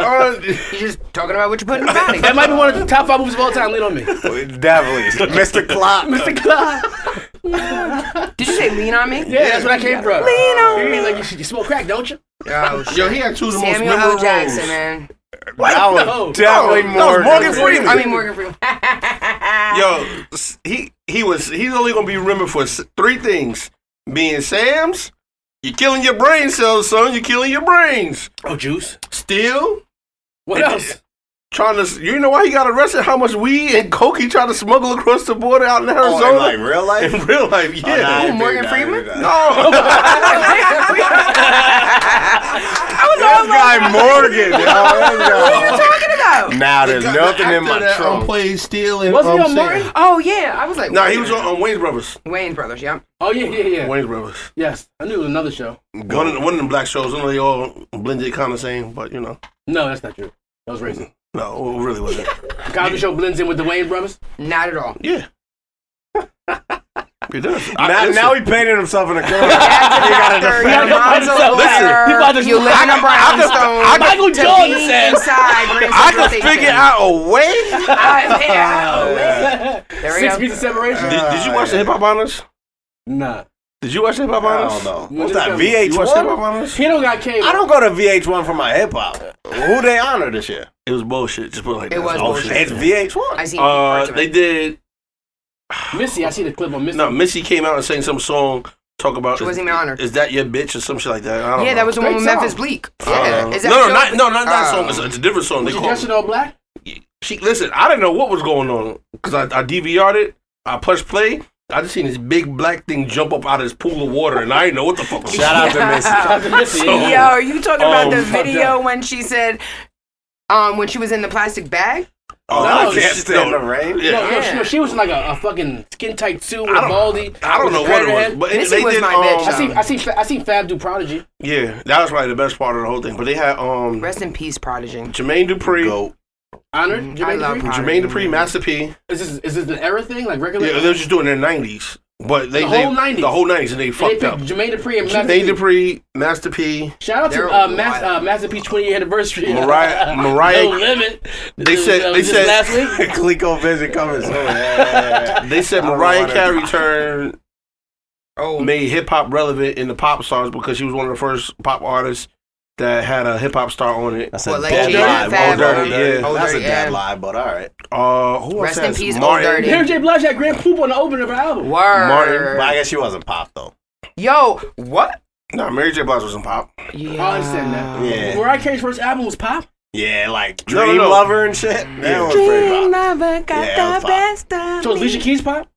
Uh,
You just talking about what you put in your body.
that might be one of the top five movies of all time. Lean on me.
Definitely, Mr. Clock.
Mr. Clyde.
Did you say lean on me?
Yeah, that's where I came from. Lean on me. Like you, you smoke crack, don't you?
Oh,
yo, he had two of the most
Samuel
memorable
L. Jackson,
roles.
man.
That was
No.
definitely
No, that
more.
was Morgan Freeman.
I mean Morgan Freeman.
Yo, s- he he was he's only gonna be remembered for s- three things: being Sam's, you're killing your brain cells, son. You're killing your brains.
Oh, juice.
Still
What else?
trying to. s- You know why he got arrested? How much weed and coke he tried to smuggle across the border out in Arizona?
Oh, in like real life?
in real life,
Oh, nah, I
yeah. Oh,
didn't
Morgan
do that, I didn't
Freeman?
do that.
I was all
That guy Morgan. yo, that guy-
talking about.
Now there's nothing in my
trunk.
trunk.
Played Steel and
Wasn't he on Martin?
Oh yeah, I was like.
Nah, he was on, on Wayne's Brothers.
Wayne Brothers. Yeah.
Oh yeah, yeah, yeah.
Wayne's Brothers.
Yes, I knew it was another show.
One of, the, one of them black shows. I know they all blended kind of same, but you know,
No, that's not true. That was racist.
no, it really wasn't.
Cosby Show blends in with the Wayne brothers.
Not at all.
Yeah. it does. I-
Now,
listen.
now he painted himself in a corner. you gotta
After
defend
your
him.
mom's a
Listen, you about
lawyer,
to-
you live in a brownstone.
I
Michael
to
Jordan
be
said-
inside.
I can figure out a way.
I figure out. There we
Six
go.
feet of separation.
Did, did you watch the Hip Hop Honors?
nah.
Did you watch the Hip Hop
I
Honors?
don't know.
No,
What's
this
that?
guy-
You watched the Hip Hop
VH1?
Honors?
He don't got cable.
I don't go to VH1 for my hip hop. Who they honor this year?
It was bullshit. Just put it like
It
that.
was
Oh,
bullshit.
shit.
It's VH1.
I see.
Uh, they did.
Missy, I see the clip on Missy.
No, Missy came out and sang some song. Talk about.
She
is-
wasn't even honored.
Is that your bitch or some shit like that? I don't
Yeah,
know.
that was the one
Great
with
song.
Memphis Bleak.
I
Yeah.
don't know.
Is that
no,
your-
no, not, no, not that
Oh.
song. It's, it's a different song. They
Was she
call
dressed in all black?
she listen. I didn't know what was going on because I, I DVR'd it. I pushed play. I just seen this big black thing jump up out of this pool of water, and I didn't know what the fuck was
Shout out to Missy.
Missy,
So-
yeah.
Yo, you talking about
Um,
the
fuck
video when she said, um, when she was in the plastic bag?
Oh,
No,
I can't
she-
stand
no.
the rain.
No,
Yeah.
no, she, no, she was in like a, a fucking skin tight suit with
I
a
don't-
baldy.
I don't
with a
know what it was,
dreadhead.
but
Missy
they
was
did.
my
um,
bitch.
I see, I see, I see Fab do Prodigy.
yeah, that was probably the best part of the whole thing. But they had um
Rest in peace, Prodigy.
Jermaine Dupri,
Go.
Honored.
Mm,
Jermaine
I love
Dupri?
Prodigy.
Jermaine Dupri, Master P.
Is this is this the era thing? Like regular?
Yeah, they was just doing their nineties, but they
The
they,
whole 90s.
the whole nineties, and they
they
fucked
picked
up.
Jermaine Dupri and Master
Jermaine
P.
Dupri, Master P.
Shout out
They're
to uh, Mas-
wild.
uh, Master P's 20 year anniversary.
Mariah- Mariah-
No limit.
They
This
said-
was, uh,
they
just
said-
last week.
Clico visit coming soon. Yeah, yeah, yeah.
They said
I don't
Mariah
wanna-
Carey turned
Oh,
made hip hop relevant in the pop songs because she was one of the first pop artists that had a hip hop star on it.
That's a
Well, like
dead
Gene
lie.
Fab-
Old dirty,
Old Dirty,
yeah.
yeah.
That's a
Old Dirty,
dead
yeah.
lie, but all right.
Uh, who
Rest
else
in
has
peace, Old
Martin?
Dirty.
Mary J. Blige had Grand Poop on the opening of her album.
Word.
But I guess she wasn't pop though.
Yo, what?
No, Mary J. Blige was in pop.
Yeah.
I understand that.
Yeah.
Mariah Carey's first album was pop.
Yeah, like
No, no,
Dream
no.
Lover and shit. That
Yeah.
was pretty pop.
lover got
Yeah, it was
the
pop.
best of
So was Alicia Keys pop?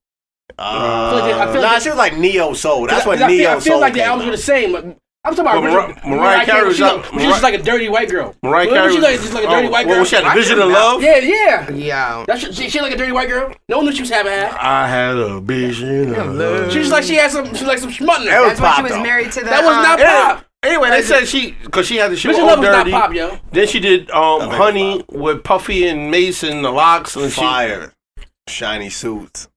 Uh,
feel like they- I feel
nah,
like-
she was like neo soul. That's what
I, feel,
neo
I feel
soul
like the
came
albums
out.
were the same. but I'm talking about
Well,
original-
Mariah- Mariah Carey was
She's
out-
like, she was just
Mariah-
like a dirty white girl.
Mariah
Remember
Carey
She like, just like a dirty
oh,
whit white
Well,
girl.
she had a
I
vision of
remember
love.
yeah, yeah.
Yeah.
That's what- she, she like a dirty white girl. No one knew she was having half.
I had a vision of love.
She was like she had some. She was like some schmutt in her.
That was
That's why she
pop,
was
though.
married to the.
That was
um,
not
Yeah.
pop.
Anyway, they said she because she had the shit with
Vision Love
Old
was not
Dirty.
pop, yo.
Then she did um,
That was
Honey
pop.
with Puffy and Mason, the locks and she-
fire, shiny suits.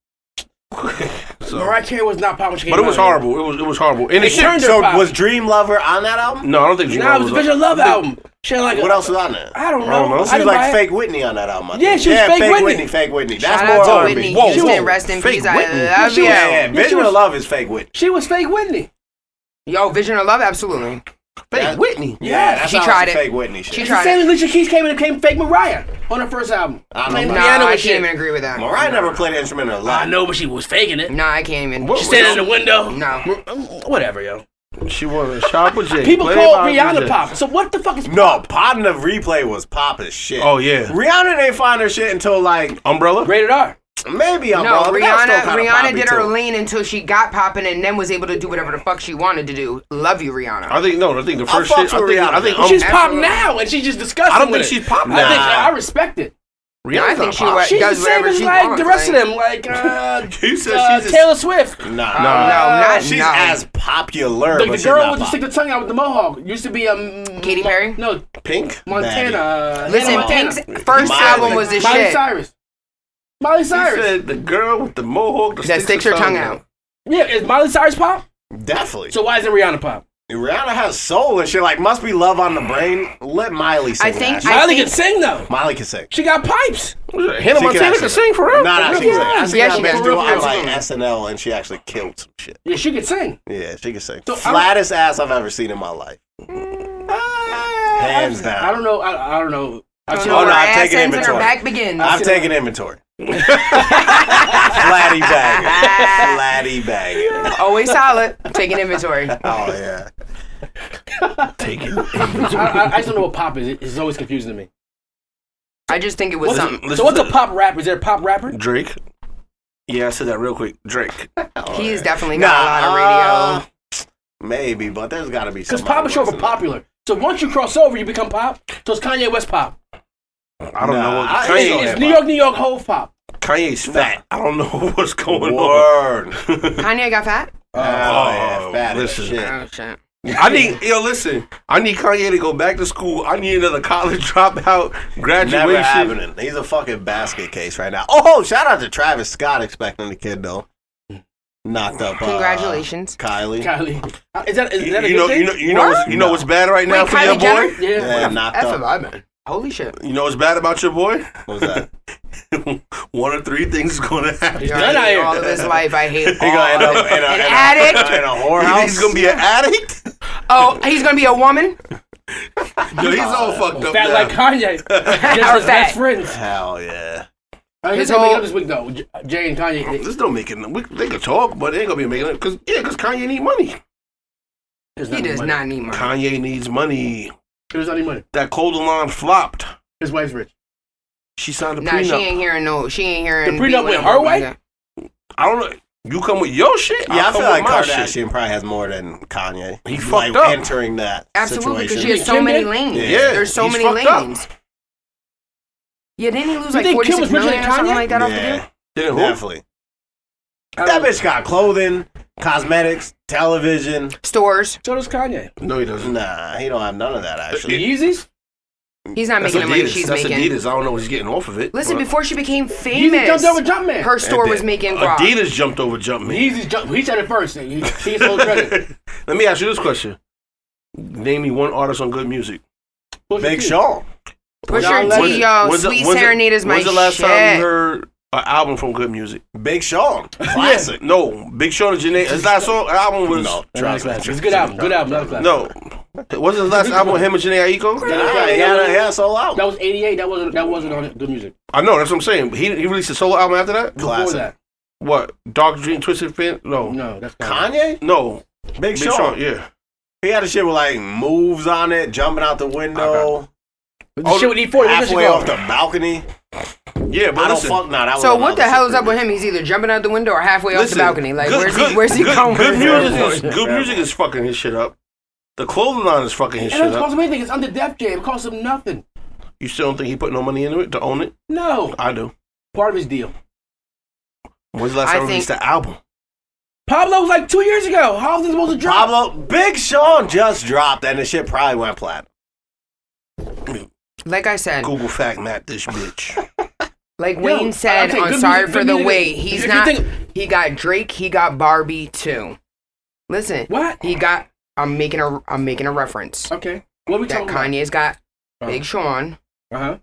so-
Mariah Carey was not pop when she came
But it was
out, yo.
horrible. It was it was horrible. And it
It turned
should.
her
So
pop.
was Dream Lover on that album?
No, I don't think she
Nah, it was a Vision Love album. She had like a-
What else was on there?
I don't know.
I don't know.
I
She was
didn't buy
like
it.
fake Whitney on that album. I
Yeah,
think.
she was fake Whitney.
Fake Whitney.
Shout
That's
out
more
to
R&B.
Whitney
Whoa,
Houston.
whoa.
Rest in
Fake
peace. I
Whitney.
love
She
you.
was-
Yeah, yeah,
Yeah, she
Vision
was-
of Love is fake Whitney.
She was fake Whitney.
Yo, Vision of Love, absolutely.
Fake Whitney.
Yeah,
Yeah, that's
she
how
tried
it's
it.
Fake Whitney shit.
She
It's
tried
the same
it.
as Alicia Keys came and became fake Mariah on her first album.
I don't
Playing
know.
the
Nah,
piano
I
and
can't
shit.
even agree with that.
Mariah never played an instrument in her
I
life.
know, but she was faking it.
No, I can't even.
What
She standing in the window.
No.
Whatever, yo.
She wanted to shop with Jay.
People
play
call
by
Rihanna
Jay.
pop. So what the fuck is
No, Pod of Replay was pop as shit.
Oh, yeah.
Rihanna didn't find her shit until like
Umbrella.
rated R?
maybe I'm
No,
wrong. but that was
Rihanna.
still kinda
Rihanna
poppy,
did her
too.
lean until she got popping, and then was able to do whatever the fuck she wanted to do. Love you, Rihanna.
I think no. I think the first
fucks
shit. I
with
think,
Rihanna.
I think
Well,
um,
she's pop
absolutely.
now, and she's just disgusting.
I don't
with
think
it.
she's pop
I think
now.
I respect it.
I
Rihanna's
think
not
she
pop.
was-
She's the
does
same
whatever
as
she
like
wants,
the rest
like-
of them, like uh,
You said
uh,
she's a-
Taylor Swift.
Nah,
Oh, no,
Nah.
not
She's
no.
as popular.
The,
but
the
she's
girl
not
with the
pop.
stick the tongue out with the mohawk used to be um
Katy Perry?
No,
pink
Montana.
Maddie.
uh,
Listen,
Hannah Montana.
Pink's first
Miley.
album was this
Miley
shit.
Cyrus. Miley
She
Cyrus.
said the girl with the mohawk that,
That sticks her tongue out.
Yeah, is Miley Cyrus pop?
Definitely.
So why isn't Rihanna pop?
Rihanna has soul and shit. Like, must be love on the brain. Let Miley sing.
I think-
that shit.
I-
Miley can sing though.
Miley can sing.
She got pipes.
Hannah
She can
Montana
actually
can sing for real.
No, no, she
Yeah,
can sing. I seen
yeah,
that
she
bitch
can.
do
For real,
on
for
like
real.
SNL and she actually killed some shit.
Yeah, she could sing.
Yeah, she can sing.
So, I'm-
Flattest ass I've ever seen in my life. Hands down.
I don't know. I, I don't know. I
Until
feel
Oh, no,
her
like-
I've
ass
taken
ends and her
inventory.
back begins.
I've taken inventory. Flatty bagger. Flatty bagger.
Always solid. Taking inventory.
Oh, yeah.
Take it.
I, I, I just don't know what pop is. It- It's always confusing to me.
I just think it was
What's
something.
a, so what's a pop rapper? Is there a pop rapper?
Drake. Yeah, I said that real quick. Drake.
He has definitely
Nah,
got a lot of radio.
uh, maybe, but there's got to be
Because
somebody
pop is short for
worse than
popular. So once you cross over, you become pop. So it's Kanye West pop.
I don't
Nah,
know. What,
I-
It's,
Kanye
it's
pop.
New York, New York, whole pop.
Kanye's fat. I don't know what's
that.
going on.
Word.
Kanye got fat?
Oh, yeah,
Oh,
fat as
listen.
shit.
Oh, shit.
I need yo. Listen, I need Kanye to go back to school. I need another college dropout
Never
graduation.
happening. He's a fucking basket case right now. Oh, shout out to Travis Scott expecting the kid though. Knocked up. uh,
Congratulations.
Kylie.
Kylie. Uh, Is that is,
You
that a
you know,
good thing?
you know, you know, what's, you know what's bad right now
Wait,
for your
Kylie
boy.
Jenner?
yeah.
Yeah, knocked
F have
up.
I been? Holy shit.
You know what's bad about your boy?
What was that?
One of three things is going to happen.
He's
He's
done out here.
all of his life, I hate
He gonna end
all.
up in a, in a,
An addict?
in a whorehouse.
He's gonna be an addict.
Oh, he's gonna be a woman?
Yo, he's all fucked up.
Fat
now.
like Kanye. Just
Or
his best
fat.
friends.
Hell yeah.
Uh, His
His
whole
whole-
up this week though. J- Jay and Kanye.
This don't make it. We, they could talk, but they ain't gonna be making it. Cause yeah, cause Kanye need money.
There's
He
not any
does
money.
not need money.
Kanye needs money.
There's not any money.
That cold line flopped.
His wife's rich.
She signed a
Nah,
prenup.
she ain't hearing no. She ain't hearing.
The prenup
beat
with
up
her
over
wife?
that.
I don't know. You come with your shit.
Yeah, I
come
feel like
with my
Kardashian
shit.
probably has more than Kanye.
He
He's
fucked
like
up.
entering that
Absolutely, because
situation.
she has so
Kim
many
did?
lanes.
Yeah,
There's so
he's
many
fucked up.
lanes. Yeah, didn't he lose
You
like
think Kim
46
was richer than
million or something
Kanye?
like that off the
yeah,
deal?
Didn't who?
definitely.
I
That
don't-
bitch got clothing, cosmetics, television.
Stores.
So does Kanye.
No, he doesn't.
Nah, he don't have none of that actually.
Yeezys.
He's not
That's
making the money
Adidas.
she's
That's
making.
Adidas. I don't know what he's getting off of it.
Listen,
But
before she became
Yeezys
famous,
jumped over Jumpman.
her store was
did.
making guac.
Adidas jumped over Jumpman.
Yeezys jump. He said it first. He, he gets no credit.
Let me ask you this question. Name me one artist on good music.
Pusha
Big
T.
Sean.
Pusher
Y'all
T, yo,
When's the-
Sweet
when's the-
Serenade is my
When's the last
shit.
time you heard an album from good music?
Big Sean. Classic.
No, Big Sean and Janae. His last song, album was
No,
That's a good album. Good album. That's a good album.
No, What's his last album? Him and Janae Aiko.
Yeah, yeah, yeah, sold out.
That was '88. That wasn't that wasn't on good music.
I know. That's what I'm saying. He he released a solo album after that.
Before
Classic.
that,
What? Dark Dream, Twisted Fan? No, no.
no, that's Kanye.
Kanye? Big,
Big
Sean.
Sean. Yeah.
He had a shit with like moves on it, jumping out the window,
The shit with E E40.
halfway off the balcony.
Yeah, but
I don't
listen,
fuck nah, that was
So
on
what the
other
hell
shit.
is up with him? He's either jumping out the window or halfway off the
Listen,
balcony. Like
good-
where's
good-
he? Where's he
good,
going?
Good music,
Yeah.
is, good music is fucking his shit up. The clothing line is fucking his
It doesn't
shit
cost
up.
him anything. It's under Def Jam. It costs him nothing.
You still don't think he put no money into it to own it?
No,
I do.
part of his deal.
When's the last
I
time he
think-
released an album?
Pablo was like two years ago. How was it supposed to drop?
Pablo, Big Sean just dropped, and the shit probably went platinum.
Like I said,
Google fact map this bitch.
like
Yo,
Wayne
I'll
said
take
on
good
Sorry
music-
for
good
the
music.
Wait,
If
he's
you
not.
think-
He got Drake. He got Barbie too. Listen,
What?
he got? I'm making a. I'm making a reference.
Okay. What are we
That
talking Uh-huh.
Kanye's got
about?
Big Sean.
Uh huh.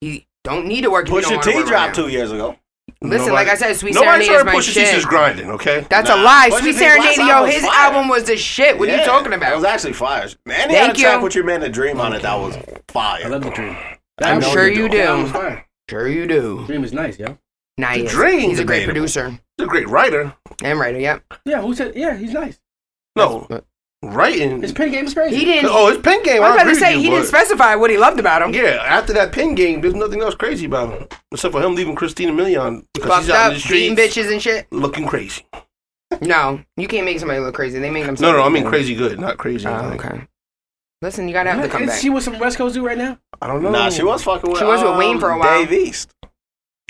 He don't need to work. if you
Pusha
don't
T
wanna work right
dropped
now.
two years ago.
Listen,
Nobody-
like I said, Sweet
Nobody
Serenade is
tried to
my
push his teacher's
shit.
grinding, okay?
That's a
Nah.
lie.
Pusha
Sweet
T's
Serenade,
last
yo,
album was
his
fire.
album was the shit. What are you
Yeah,
talking
It was
about?
actually fire. And he had
Thank
a track
you.
with your man, The Dream, on it. That was
I
fire.
love the dream.
I
I'm
know
sure
you
you
do.
That was
do.
fire.
Sure you do.
Dream is nice, yo.
Nah, he is.
Dream's
He's a great
debatable.
producer
He's a great writer.
and writer. Yep.
Yeah, who said? Yeah, he's nice.
No,
That's-
writing.
His pen game is crazy.
He didn't.
Oh, his pen game.
I was
I
about to
agree
say
with
he
you,
didn't
but-
specify what he loved about him.
Yeah, after that pen game, there's nothing else crazy about him except for him leaving Christina Milian because
Fucked
she's out
up,
in the
beating
streets
bitches and shit.
looking crazy.
No, you can't make somebody look crazy. They make
No,
themselves.
no, I mean crazy good, not crazy.
Oh,
like,
okay. Listen, you gotta have
What?
the
Is
comeback.
she with some West Coast dude right now?
I don't know.
Nah, she was fucking with
She was with
um,
Wayne for a while.
Dave East.
oh,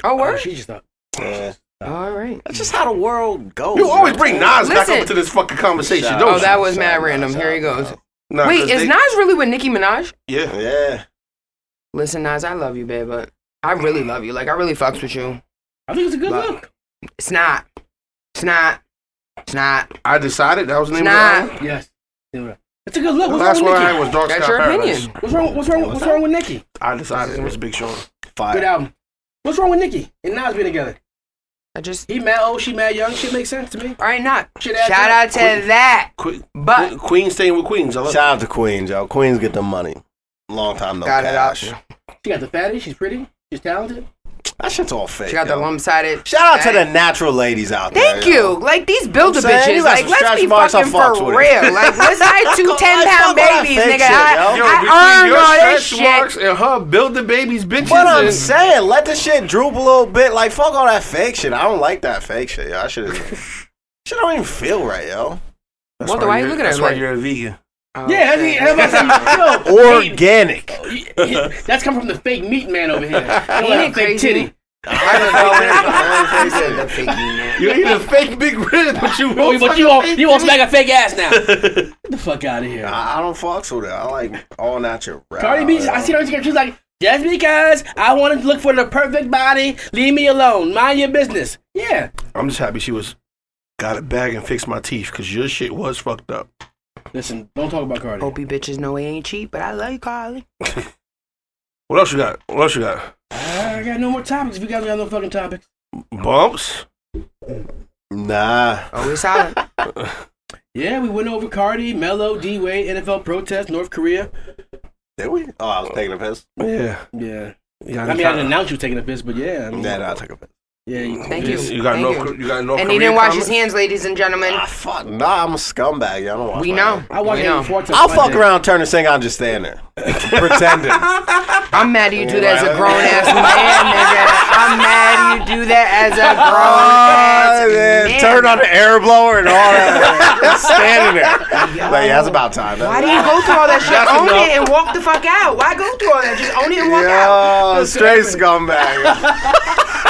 Oh,
word.
she just up.
Yeah.
All right.
That's just how the world goes.
You always
yo.
bring Nas back
Listen.
up to this fucking conversation,
Shout
don't
Oh,
you?
that was
Shout
mad
out,
random.
shout
Here he
out.
goes.
Nah,
Wait,
'cause
is
they-
Nas really with Nicki Minaj?
Yeah.
Yeah.
Listen, Nas, I love you, babe, but I really love you. Like I really fucks with you.
I think it's a good
Nah.
look.
It's not. It's not. It's not.
I decided that was the
It's
name of the
not.
album.
Yes. It's a good look.
The
What's
last
wrong
one
with
I
Nicki?
had was Dark
That's
Sky
your
Paradise.
opinion.
What's wrong? What's wrong? What's wrong with Nicki?
I decided it was Big Sean.
Good
Fire.
album. What's wrong with Nicki and Nas being together?
I just.
He mad old, she mad young. Shit makes sense to me.
All right, not.
Shit ass
Shout
up.
out to that.
Queen,
But-
Queen staying with Queens. I love
Shout out to Queens, yo. Queens get the money. Long time no
Got it out.
cash.
She got the fatty. She's pretty. She's talented.
That shit's all fake.
She got the
yo.
lump sided.
Shout out to the natural ladies out there.
Thank you. Like these builder
saying, you
bitches.
got
Like
some
let's
stretch
be
marks, I
fucking for
fucks with it.
real. Like let's not two
I
ten pound
fuck with that
babies,
fake
nigga.
shit,
I,
yo.
Yo, between
I earned
your
all this
stretch marks
shit.
and her build the baby's bitches.
But I'm
and-
saying, let the shit droop a little bit. Like, fuck all that fake shit. I don't like that fake shit. Yo. I should. shit don't even feel right, yo.
That's
Walter, why you
you're-
looking at
That's
her
why
like-
you're a vegan.
Oh,
Yeah, that's,
shit.
that's, that's, yo,
Organic.
he- that's come from the fake meat man over here. He
Ain't
like fake
it crazy?
titty.
I said the fake me, man.
You eat a fake big rib, but you
Oh, but you won't, you won't
won't
smack a fake ass now. Get the fuck out of here.
I, I don't fucks with it. I like all natural.
Cardi B, I see her on Instagram. She's like, just because I want to look for the perfect body, leave me alone. Mind your business. Yeah.
I'm just happy she was got a bag and fixed my teeth because your shit was fucked up.
Listen, don't talk about Cardi.
Hope you bitches know it ain't cheap, but I love you, Carly.
What else you got? What else you got?
I got no more topics. If you guys got no fucking topics.
Bumps.
Nah.
Always solid.
Yeah, we went over Cardi, Mello, D Wade, NFL protest, North Korea.
Did we? Oh, I was taking a piss.
Yeah.
Yeah.
yeah
I mean, I didn't announce you taking a piss, but yeah. I mean,
Yeah, nah, I took a piss.
Yeah, you
Thank
just-
you.
You got
Thank
no.
you.
You. got no.
And he didn't wash his hands, ladies and gentlemen.
Ah, fuck. Nah, I'm a scumbag. Yo. I don't wash
We
my
know.
hands.
I watched
We know.
it before. till
I'll fuck
Sunday.
around, turn the thing on, just stand there. Pretending.
I'm mad you do that as a
Right.
grown ass man, nigga. I'm mad you do that as a
Oh,
grown ass
man.
man.
Turn on the air blower and all that. Just standing there. Like, yeah, that's about time.
Why do you go through all that shit? Own it and walk the fuck out. Why go through all that? Just own it and walk out.
Yo, straight scumbag.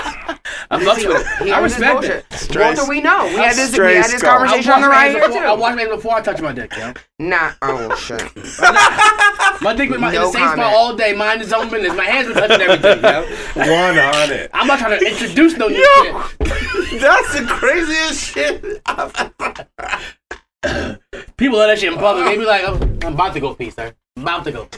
I fucked with
He
it. I
owns his
respect
bullshit.
it.
Straight-
Walter, we know. We had this, we
Straight
had this
scum.
I wash
conversation on
my
the right
hands
here,
before- I
too.
wash my hands before I touch my dick, yo.
Nah. Oh, shit.
My dick been my, in
No
the same spot
comment.
all day. Mind is own business. My hands been touching everything, yo.
100.
I'm not trying to introduce no new shit.
That's the craziest shit.
People love that shit in public. They be like, I'm, I'm about to go pee, sir. I'm about to go.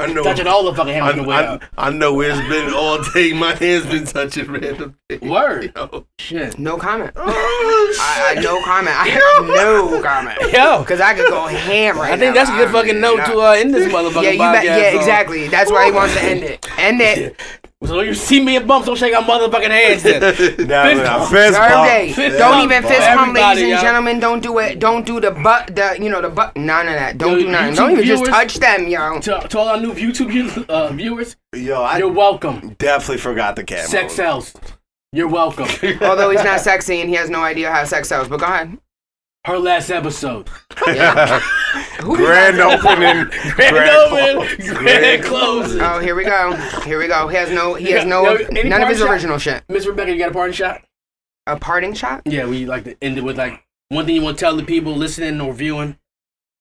I know.
Touching all the fucking
I,
hammers on the way
I,
out.
I know it's been all day. My hand's been touching random things.
Word.
Yo.
Shit.
No comment.
Oh,
I, I
shit.
no comment. I have no comment.
Yo.
Cause I could go ham right
I think
now,
that's a
but
good
I'm
fucking note
not.
to uh, end this motherfucking
yeah, you
podcast.
bet. yeah,
on.
exactly. That's why he wants to end it. End it.
So you see me in bumps, don't shake our motherfucking hands. Then.
Nah,
Fist
nah,
bump.
fist
Serve
bump.
day.
Fist
don't
bump
even
for
fist pump, ladies
everybody,
and
y'all.
gentlemen. Don't do it. Don't do the butt. The you know the butt. None of that. Don't
Yo,
do nothing.
YouTube
Don't even just
viewers-
touch them, yo.
to, to all our new YouTube view- uh, viewers,
Yo, I
you're welcome.
definitely forgot the camera.
Sex sells. You're welcome.
Although he's not sexy and he has no idea how sex sells. But go ahead.
Her last episode.
Who is
Grand
that?
opening.
Grand,
Grand
open,
close.
grand closing.
Oh, here we go. Here we go. He has no. He has
Yeah,
no.
yo, any
none of his
part shot?
original shit.
Miss Rebecca, you got a parting shot?
A parting shot.
Yeah, we like to end it with like one thing you want to tell the people listening or viewing.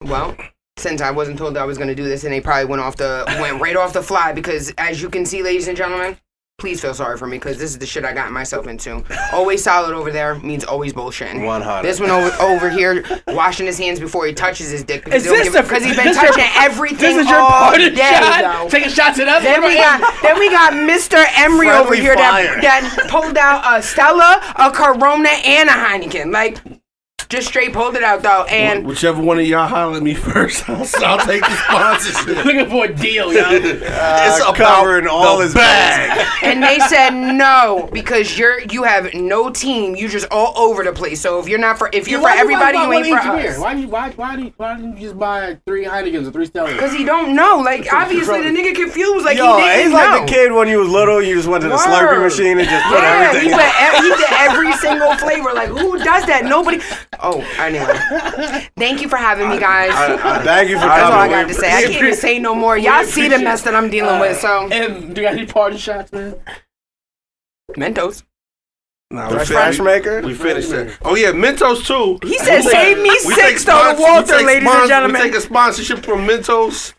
Well, since I wasn't told that I was going to do this, and they probably went off the went right off the fly because, as you can see, ladies and gentlemen, please feel sorry for me because this is the shit I got myself into. Always solid over there means always bullshitting.
100.
This one over, over here washing his hands before he touches his dick because
Is
he don't
this
give
the-
a- 'cause he's been
this your-
touching everything
This is your
all
parting
day,
shot.
though.
Taking shots at us.
Then
What
we
about-
got then we got Mr. Emery over
Friendly
here that,
fire.
that pulled out a Stella, a Corona, and a Heineken. Like just straight pulled it out though. And
Whichever one of y'all holler at me first, I'll, I'll take the sponsorship. Uh,
looking for a deal, yo.
it's
about
covering all
the
his bags.
and they said no because you're you have no team. You just all over the place. So if you're not for if you're
Why
for
you- why
everybody,
buy
you
one
ain't for
each beer?
us.
Why you why why do you, why didn't you just buy three Heinekens or three Stellas?
Cause he don't know. Like obviously the nigga confused. Like
Yo,
he didn't
he's
know.
like the kid when you was little, you just went to the Slurpee
Word.
machine and just put
Yeah, he,
everything in.
went ev- he did every single flavor. Like who does that? Nobody. Oh, anyway. Thank you for having me, guys.
Thank you for
That's all I got
coming.
to say. I can't even say no more. Y'all see the mess that I'm dealing with. So
And do you got any party shots, man?
Mentos.
Nah,
The
we
fresh
fin-
maker?
We finished that. Oh yeah, Mentos too.
He said,
We
"Save me
we
six,
take
though,
spons-
to
we
Walter,
take
ladies
spons-
and gentlemen."
We take a sponsorship from Mentos.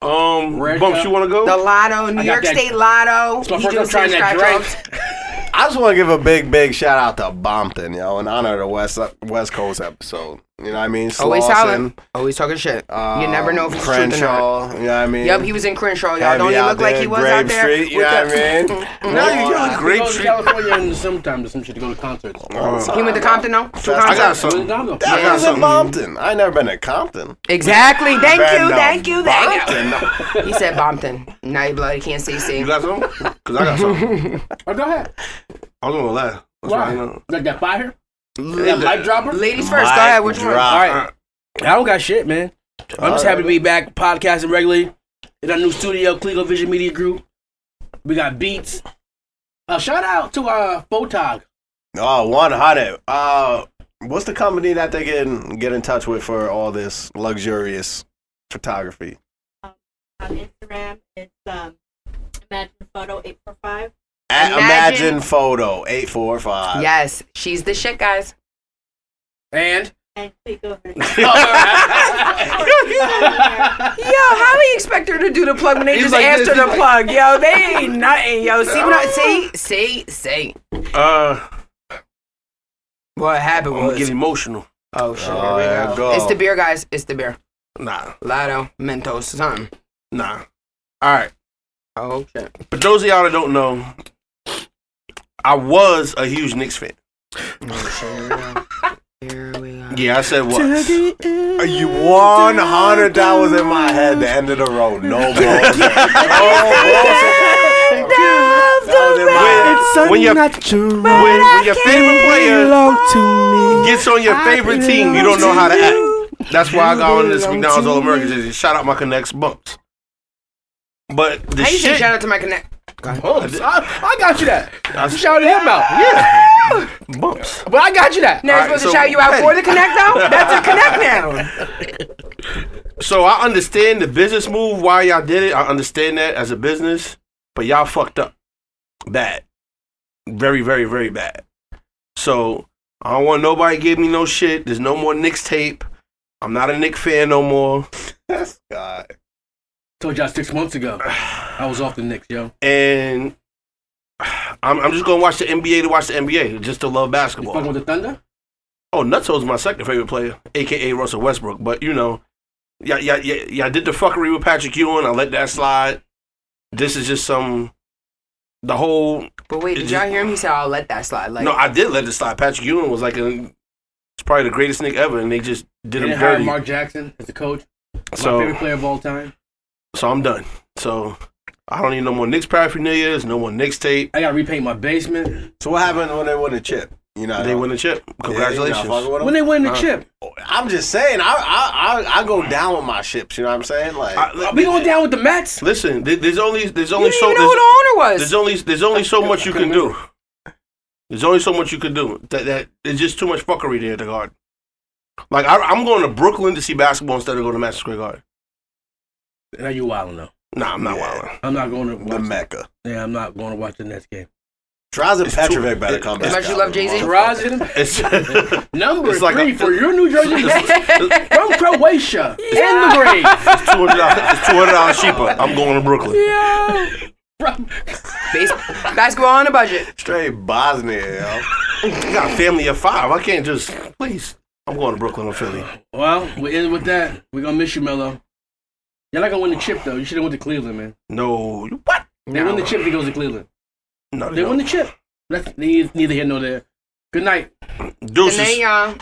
Um,
Red
bumps,
Cup.
you want to go?
The Lotto, New
got
York
that-
State Lotto.
It's my
He
first time
just
trying that
scratch
drink.
offs.
I just want to give a big, big shout out to Bompton, yo, in honor of the West West Coast episode. You know what I mean?
Always
Slauson,
solid. Always talking shit.
um,
Oh, you never know if it's true or not.
Crenshaw, You know what I mean?
Yep, he was in Crenshaw, y'all.
Heavy
Don't he
out
look like he
there,
was
Grape
out there?
Street, you
with
know what I
the-
mean?
now you got a
We
grape
go to
treat.
California and sometime to some shit to go to concerts.
He went to Compton, no? Two
I
I got
concerts?
Where's
something.
Dongo?
That
Yeah.
was in Bompton. I ain't never been to Compton.
Exactly. Thank
Been
you,
to
thank you, thank you.
Bompton.
He said Bompton. Now you bloody can't see, see.
You got something? Because I got something.
Oh, go ahead.
I was going to laugh. That's why I
Why?
know.
Like that fire? That light dropper?
Ladies first, go ahead, which
Mic
one?
drop.
All right. I don't got shit, man. I'm just happy to be back podcasting regularly in our new studio, Clego Vision Media Group. We got beats. Uh, shout out to our Photog.
Oh, 100. Uh, what's the company that they can get in touch with for all this luxurious photography?
on Instagram. It's um, Imagine Photo 845.
At
Imagine-
Imagine, Photo 845.
Yes, she's the shit, guys.
And
And click over.
Yo, how do you expect her to do the plug when they
He's
just
like
asked
this,
her to
he's
plug? Yo, they ain't nothing. Yo, see what I see? See, see.
Uh,
What happened
I'm going to
was.
get emotional.
Oh, shit.
Oh,
here
there
we
you
go.
go.
It's the beer, guys. It's the beer.
Nah,
Lotto, Mentos, something.
nah. All right.
Oh, shit.
For those of y'all that don't know, I was a huge Knicks fan.
Here we go.
Yeah, I said was.
Are you one hundred dollars in my head? The end of the road, no more. no more.
When, when, your, when, when your favorite
uh,
player gets on your favorite team, you don't know how to act. That's why I got on this McDonald's All American jersey. Shout out my Connects bumps. But the
How you say
shit,
shout out to my connect?
oh, I, I got you that. You shouted him out.
yeah, bumps.
But I got you that.
Now
All
you're
right, so-
supposed to shout you out for the connect though? That's a connect now.
So I understand the business move why y'all did it. I understand that as a business, but y'all fucked up bad, very, very, very bad. So I don't want nobody to give me no shit. There's no more Knicks tape. I'm not a Nick fan no more.
That's God.
Told y'all six months ago. I was off the Knicks, yo.
and I'm, I'm just gonna watch the NBA to watch the NBA just to love
You fucking
basketball.
with the Thunder?
Oh, Nutso's my second favorite player, aka Russell Westbrook. But you know, yeah, yeah, yeah, yeah. I did the fuckery with Patrick Ewing. I let that slide. This is just some. The whole
But wait,
It
did
just-
y'all hear him? He said, "I'll let that slide." Like,
no, I did let it slide. Patrick Ewing was like an. It's probably the greatest nigga ever, and they just did
They
him
didn't hire
dirty.
Mark Jackson as a coach. My
so,
favorite player of all time.
so I'm done. So, I don't need no more Knicks paraphernalia. There's no more Knicks tape.
I gotta repaint my basement.
So what happened when they won the chip? You know,
They win the chip.
Yeah, you know,
Congratulations.
fucking with
When
them.
they win the
Uh,
chip,
I'm just saying, I, I I I go down with my ships. You know what I'm saying? Like,
I- li-
are we going down with the Mets?
Listen, there- there's only there's
you
only
didn't
so
even know who
there's-
the owner was.
There's only there's only so much you can do. There's only so much you can do. That that it's just too much fuckery there at the Garden. Like I, I'm going to Brooklyn to see basketball instead of going to Madison Square Garden.
Now you wilding though.
Nah, I'm not
Yeah.
wilding.
I'm not going to
the
watch.
Mecca.
yeah, I'm not going to watch the Nets game.
Drazen
It's
Petrovic
too-
better
it-
come
as
back.
much as you
out,
love Jay-Z,
motherfucker.
Drazen,
It's, it's,
number
It's like
three
a-
for your New Jersey Nets
it's
from Croatia in the grave.
two hundred dollars. Two hundred dollars cheaper. I'm going to Brooklyn.
From-
Base- basketball on a budget.
Straight Bosnia. Yo.
I got a family of five. I can't just please. I'm going to Brooklyn or Philly.
well, we end with that. We're gonna miss you, Melo. You're not gonna win the chip though. You should have went to Cleveland, man.
No, you what?
They win the chip. He goes to Cleveland.
No,
They win the
no.
chip. That's neither neither here nor there. Good night.
Good night,
Deuces.
y'all.